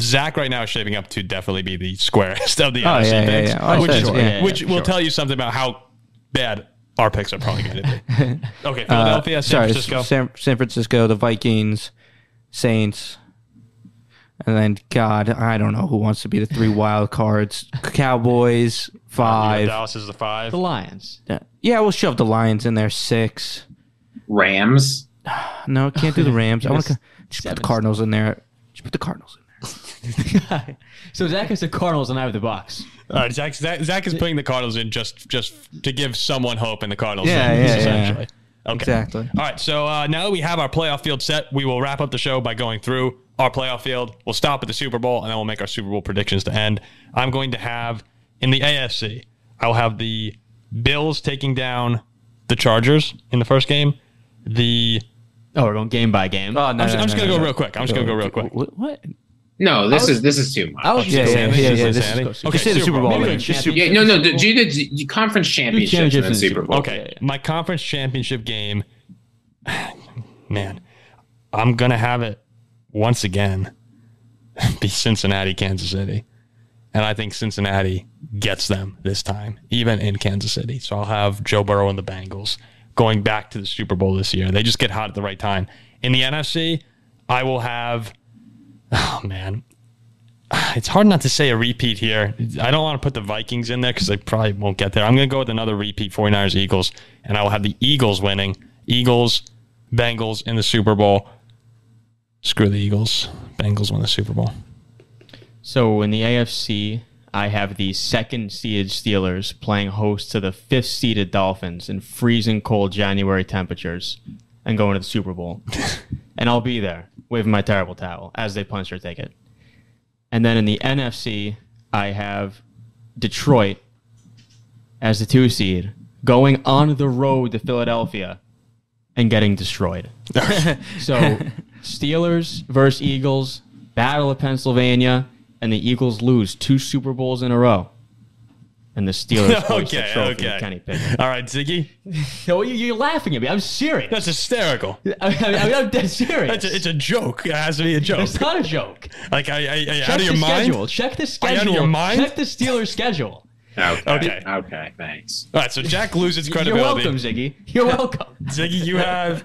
S1: Zach right now is shaping up to definitely be the squarest of the
S4: Oh,
S1: NFC
S4: yeah, yeah,
S1: picks,
S4: yeah. Oh,
S1: which,
S4: sure, yeah, yeah,
S1: which will
S2: sure.
S1: tell you something about how bad our picks are probably going to be. Okay, Philadelphia, San
S4: Uh, sorry,
S1: Francisco.
S4: San, San Francisco, the Vikings, Saints, and then God, I don't know who wants to be the three wild cards. Cowboys
S1: You
S4: five.
S1: got Dallas is the five.
S2: The Lions.
S4: Yeah, Yeah, we'll shove the Lions in there six.
S3: Rams.
S4: No, can't do the Rams. I want to just put
S2: Seven.
S4: the Cardinals in there. Just put the Cardinals in there.
S2: so Zach is the Cardinals, and I have the Bucks.
S1: All right, Zach, Zach, Zach is putting the Cardinals in just just to give someone hope in the Cardinals.
S4: Yeah,
S1: in,
S4: yeah, yeah.
S1: essentially. Okay.
S4: Exactly.
S1: All right, so uh, now that we have our playoff field set, we will wrap up the show by going through our playoff field. We'll stop at the Super Bowl, and then we'll make our Super Bowl predictions to end. I'm going to have in the AFC, I'll have the Bills taking down the Chargers in the first game. The
S2: Oh, we're going game by game.
S4: Oh, no,
S1: I'm just,
S4: no,
S1: I'm just
S4: no,
S1: gonna
S4: no,
S1: go
S4: no.
S1: real quick. I'm just gonna go real quick.
S4: Wh- What?
S3: No, this is this is too much.
S2: I was
S4: Yeah,
S2: just
S4: yeah,
S2: saying
S1: Sandy,
S4: yeah,
S1: Sandy,
S4: yeah. This
S1: Sandy.
S4: is,
S1: Okay,
S4: just say the
S1: Super
S4: Super
S1: Bowl.
S4: Bowl.
S1: Maybe
S4: then.
S1: like
S4: Just
S2: champion-
S4: Super-
S3: yeah, no, no. Do the, the conference championships in the
S2: championships
S3: Super Bowl.
S1: Okay, my conference championship game, man, I'm gonna have it once again. Be Cincinnati, Kansas City, and I think Cincinnati gets them this time, even in Kansas City. So I'll have Joe Burrow and the Bengals going back to the Super Bowl this year. They just get hot at the right time. In the NFC, I will have. Oh man, it's hard not to say a repeat here. I don't want to put the Vikings in there because they probably won't get there. I'm going to go with another repeat 49ers Eagles, and I will have the Eagles winning. Eagles, Bengals in the Super Bowl. Screw the Eagles. Bengals win the Super Bowl.
S2: So in the AFC, I have the second seeded Steelers playing host to the fifth seeded Dolphins in freezing cold January temperatures and going to the Super Bowl. and I'll be there waving my terrible towel as they punch their ticket. And then in the NFC, I have Detroit as the two seed going on the road to Philadelphia and getting destroyed. So Steelers versus Eagles, Battle of Pennsylvania, and the Eagles lose two Super Bowls in a row. And the Steelers hoist the
S1: Okay,
S2: trophy
S1: okay.
S2: to Kenny Pickett.
S1: All right, Ziggy.
S2: No, you- you're laughing at me. I'm serious.
S1: That's hysterical.
S2: I mean, I mean, I'm dead
S1: It's
S2: serious.
S1: a, it's a joke. It has to be a joke.
S2: It's not a joke.
S1: Like, I, I, I
S2: Check
S1: out of your
S2: the
S1: mind?
S2: schedule. Check the
S1: you out
S2: schedule.
S1: of your mind?
S2: Check the Steelers schedule.
S3: Okay.
S1: Okay.
S3: Okay. Okay. Thanks.
S1: All right, so Jack loses
S2: You're
S1: credibility.
S2: welcome, Ziggy. You're welcome.
S1: Ziggy, you have.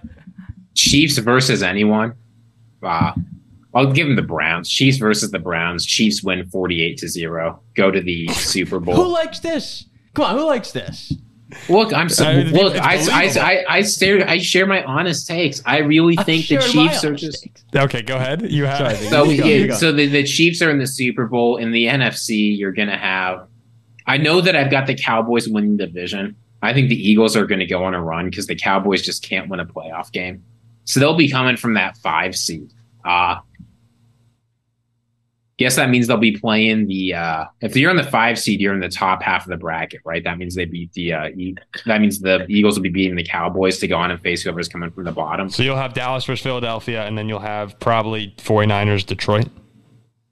S3: Chiefs versus anyone. Wow. I'll give him the Browns. Chiefs versus the Browns. Chiefs win 48 to 0. Go to the Super Bowl.
S2: Who likes this? Come on, who likes this?
S3: Look, I'm so,
S1: I mean, it's
S3: look. I,
S1: believable.
S3: I, I, I stare. I share my honest takes. I really think the
S2: Sure,
S3: Chiefs
S2: my
S3: are just
S2: mistakes.
S1: Okay, go ahead. You have.
S2: Sorry, Ziggy.
S3: so.
S2: You go, you
S3: Yeah,
S2: go.
S3: so the, the Chiefs are in the Super Bowl. In the NFC, you're gonna have. I know that I've got the Cowboys winning the division. I think the Eagles are going to go on a run because the Cowboys just can't win a playoff game. So they'll be coming from that five seed. Uh, guess that means they'll be playing the. Uh, if you're in the five seed, you're in the top half of the bracket, right? That means they beat the. Uh, e- that means the Eagles will be beating the Cowboys to go on and face whoever's coming from the bottom.
S1: So you'll have Dallas versus Philadelphia, and then you'll have probably 49ers Detroit.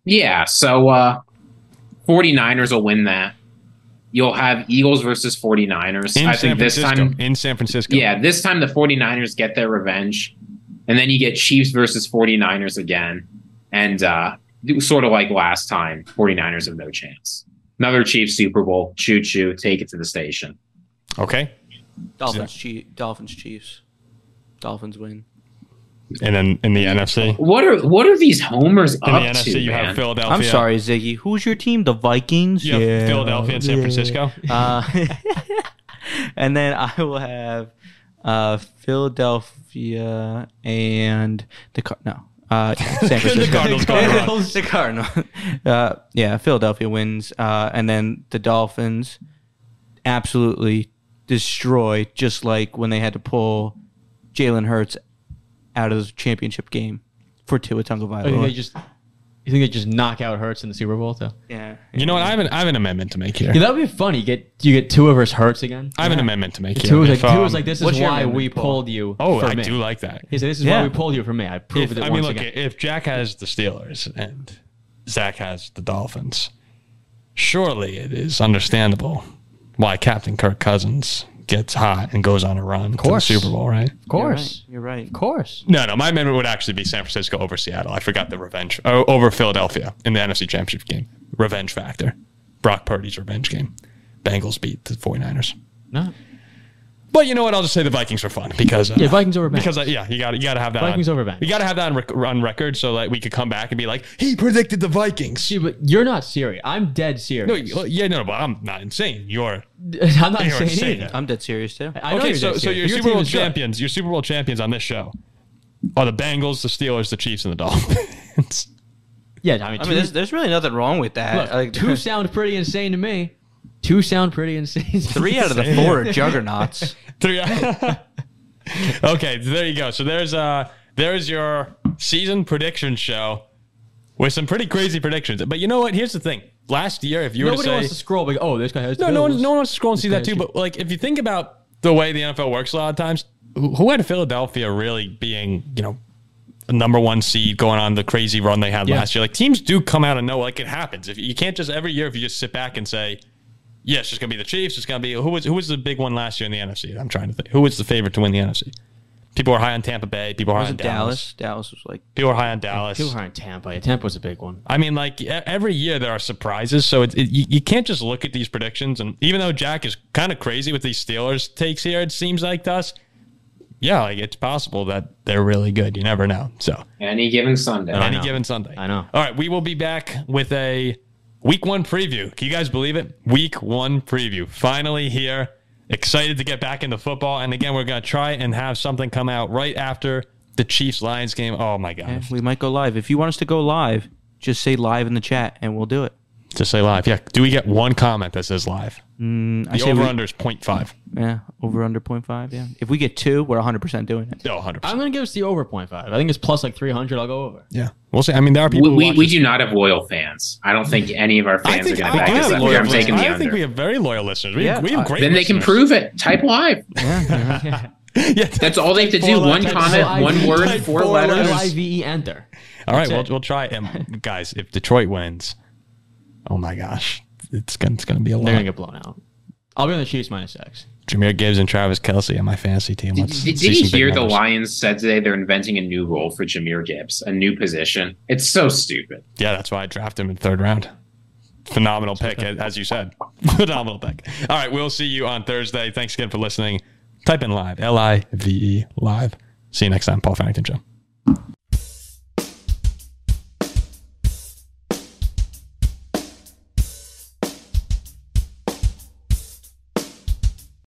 S3: Yeah, so uh 49ers will win that. You'll have Eagles versus 49ers.
S1: In
S3: I
S1: San
S3: think this
S1: Francisco.
S3: time
S1: in San Francisco.
S3: yeah, this time the 49ers get their revenge. And then you get Chiefs versus 49ers again. And uh sort of like last time, 49ers have no chance. Another Chiefs Super Bowl, choo choo, take it to the station.
S1: Okay.
S4: Dolphins, Chiefs. Dolphins, Chiefs. Dolphins win.
S1: And then in the NFC.
S3: What are what are these homers
S1: In the
S3: up
S1: NFC,
S3: to?
S1: you
S3: man?
S1: have Philadelphia.
S4: I'm sorry, Ziggy. Who's your team? The Vikings.
S1: You have Philadelphia and San Francisco.
S4: Uh, and then I will have uh, Philadelphia and the Car- no uh, San Francisco.
S1: Cardinals, Cardinals.
S4: the Cardinals. Uh, yeah, Philadelphia wins, uh, and then the Dolphins absolutely destroy, just like when they had to pull Jalen Hurts out of the championship game for
S1: Oh,
S4: Tua
S2: I think they
S4: Tagovailoa.
S2: just. You think they just knock out Hurts in the Super Bowl though?
S4: Yeah,
S1: You know what? I have an I have an amendment to make here.
S2: Yeah, that would be funny. You get you get Tua versus Hurts again.
S1: I have an amendment to make here.
S2: Two was like,
S1: If,
S2: two was
S1: um,
S2: like, this is
S4: what's your
S2: why
S4: amendment,
S2: we
S4: Paul?
S2: pulled you.
S1: Oh,
S2: for
S1: I
S2: me.
S1: do like that.
S2: He said, "This is
S4: Yeah.
S2: why we pulled you for me. I proved
S1: If-
S2: it
S1: I
S2: once
S1: mean, look,
S2: again."
S1: if Jack has the Steelers and Zach has the Dolphins, surely it is understandable why Captain Kirk Cousins gets hot and goes on a run to the
S2: course.
S1: Super Bowl, right?
S2: of course,
S4: You're right.
S2: of course.
S1: No, no, my amendment would actually be San Francisco over Seattle. I forgot the revenge o- over Philadelphia in the NFC Championship game. Revenge factor. Brock Purdy's revenge game. Bengals beat the 49ers.
S2: No,
S1: But you know what? I'll just say the Vikings were fun because uh,
S2: yeah, Vikings over Bengals.
S1: because uh, yeah, you got to you got to have that.
S2: Vikings
S1: on,
S2: over Bengals.
S1: You got to have that on, rec- on record so that we could come back and be like, he predicted the Vikings.
S2: See, but you're not serious. I'm dead serious.
S1: No, you- yeah, no, but I'm not insane. You're
S2: I'm not
S1: you are
S2: saying
S1: saying
S2: anything.
S1: that.
S4: I'm dead serious too.
S2: I know
S1: okay.
S2: you're
S1: So,
S2: dead
S1: so
S2: serious.
S1: your, Super
S2: team
S1: Bowl
S2: is good.
S1: champions, your Super Bowl champions on this show are the Bengals, the Steelers, the Chiefs, and the Dolphins.
S2: Yeah, I mean,
S4: I
S2: two,
S4: mean, there's, there's really nothing wrong with that.
S2: look,
S4: Like,
S2: two sound pretty insane to me. Two sound pretty insane.
S4: Three out of the four are juggernauts.
S1: Three. okay, there you go. So there's uh there's your season prediction show with some pretty crazy predictions. But you know what? Here's the thing. Last year, if you were
S2: Nobody
S1: to say
S2: wants to scroll. Like, oh, this guy has.
S1: no,
S2: the
S1: no one,
S2: Bills.
S1: no one wants to scroll and see that
S2: That's
S1: too.
S2: true.
S1: But like, if you think about the way the NFL works, a lot of times, who who had Philadelphia really being, you know, the number one seed going on the crazy run they had
S2: Yeah.
S1: last year? Like teams do come out of nowhere. Like it happens. If you can't just every year, if you just sit back and say, yeah, it's just gonna be the Chiefs. It's gonna be who was who was the big one last year in the NFC? I'm trying to think. Who was the favorite to win the NFC? People are high on Tampa Bay. People are high on
S4: Wasn't
S1: Dallas.
S4: Dallas. Dallas was like
S1: People are high on Dallas.
S2: People aren't Tampa. Tampa's a big one.
S1: I mean, like e- every year there are surprises, so it, it, you, you can't just look at these predictions. And even though Jack is kind of crazy with these Steelers takes here, it seems like to us, yeah, like it's possible that they're really good. You never know. So
S3: Any given Sunday.
S2: I
S1: any
S2: know.
S1: given Sunday,
S2: I know.
S1: All right, we will be back with a week one preview. Can you guys believe it? Week one preview, finally here. Excited to get back into football, and again, we're gonna try and have something come out right after the Chiefs Lions game. Oh my god!
S4: "Eh, We might go live. If you want us to go live, just say live in the chat and we'll do it.
S1: To say live, yeah. Do we get one comment that says live?
S4: I
S1: The
S4: say
S1: over
S4: we-
S1: under is 0.5.
S4: Yeah, over under 0.5. Yeah. If we get two, we're 100% doing it.
S1: No, 100%.
S2: I'm gonna give us the over point five. I think it's plus like three hundred. I'll go over.
S1: yeah. We'll see. I mean, there are
S3: We,
S1: people who
S3: we,
S1: watch
S3: we
S1: this-
S3: do not have loyal fans. I don't think any of our
S1: I
S3: fans are
S1: think,
S3: going
S1: I
S3: to back
S1: think, we,
S3: us
S1: have
S3: up.
S1: loyal
S3: here. I'm taking
S1: listeners.
S3: the
S1: I think
S3: under.
S1: we have very loyal listeners. We,
S4: Yeah,
S1: we have
S4: I-
S1: great
S3: then they can
S1: listeners.
S3: prove it.
S1: Hmm.
S3: Type live.
S1: Yeah,
S3: That's all they have to
S1: four
S3: do. One
S1: letters.
S3: comment,
S1: Type-
S3: one word,
S1: type
S3: four letters.
S2: I V E enter.
S1: All right, we'll,
S2: it.
S1: we'll try. it. And guys, if Detroit wins, oh my gosh, it's going it's gonna be a
S2: They're gonna
S1: lot.
S2: get blown out. I'll be on the Chiefs minus six.
S1: Jameer Gibbs and Travis Kelsey on my fantasy team.
S3: Did,
S1: Let's
S3: did
S1: see
S3: you
S1: some big
S3: hear the
S1: numbers.
S3: Lions said today they're inventing a new role for Jameer Gibbs, a new position? It's so stupid.
S1: Yeah, that's why I drafted him in third round. Phenomenal pick, as you said. Phenomenal pick. All right, we'll see you on Thursday. Thanks again for listening. Type in live, L I V E, live. See you next time. Paul Farrington Show.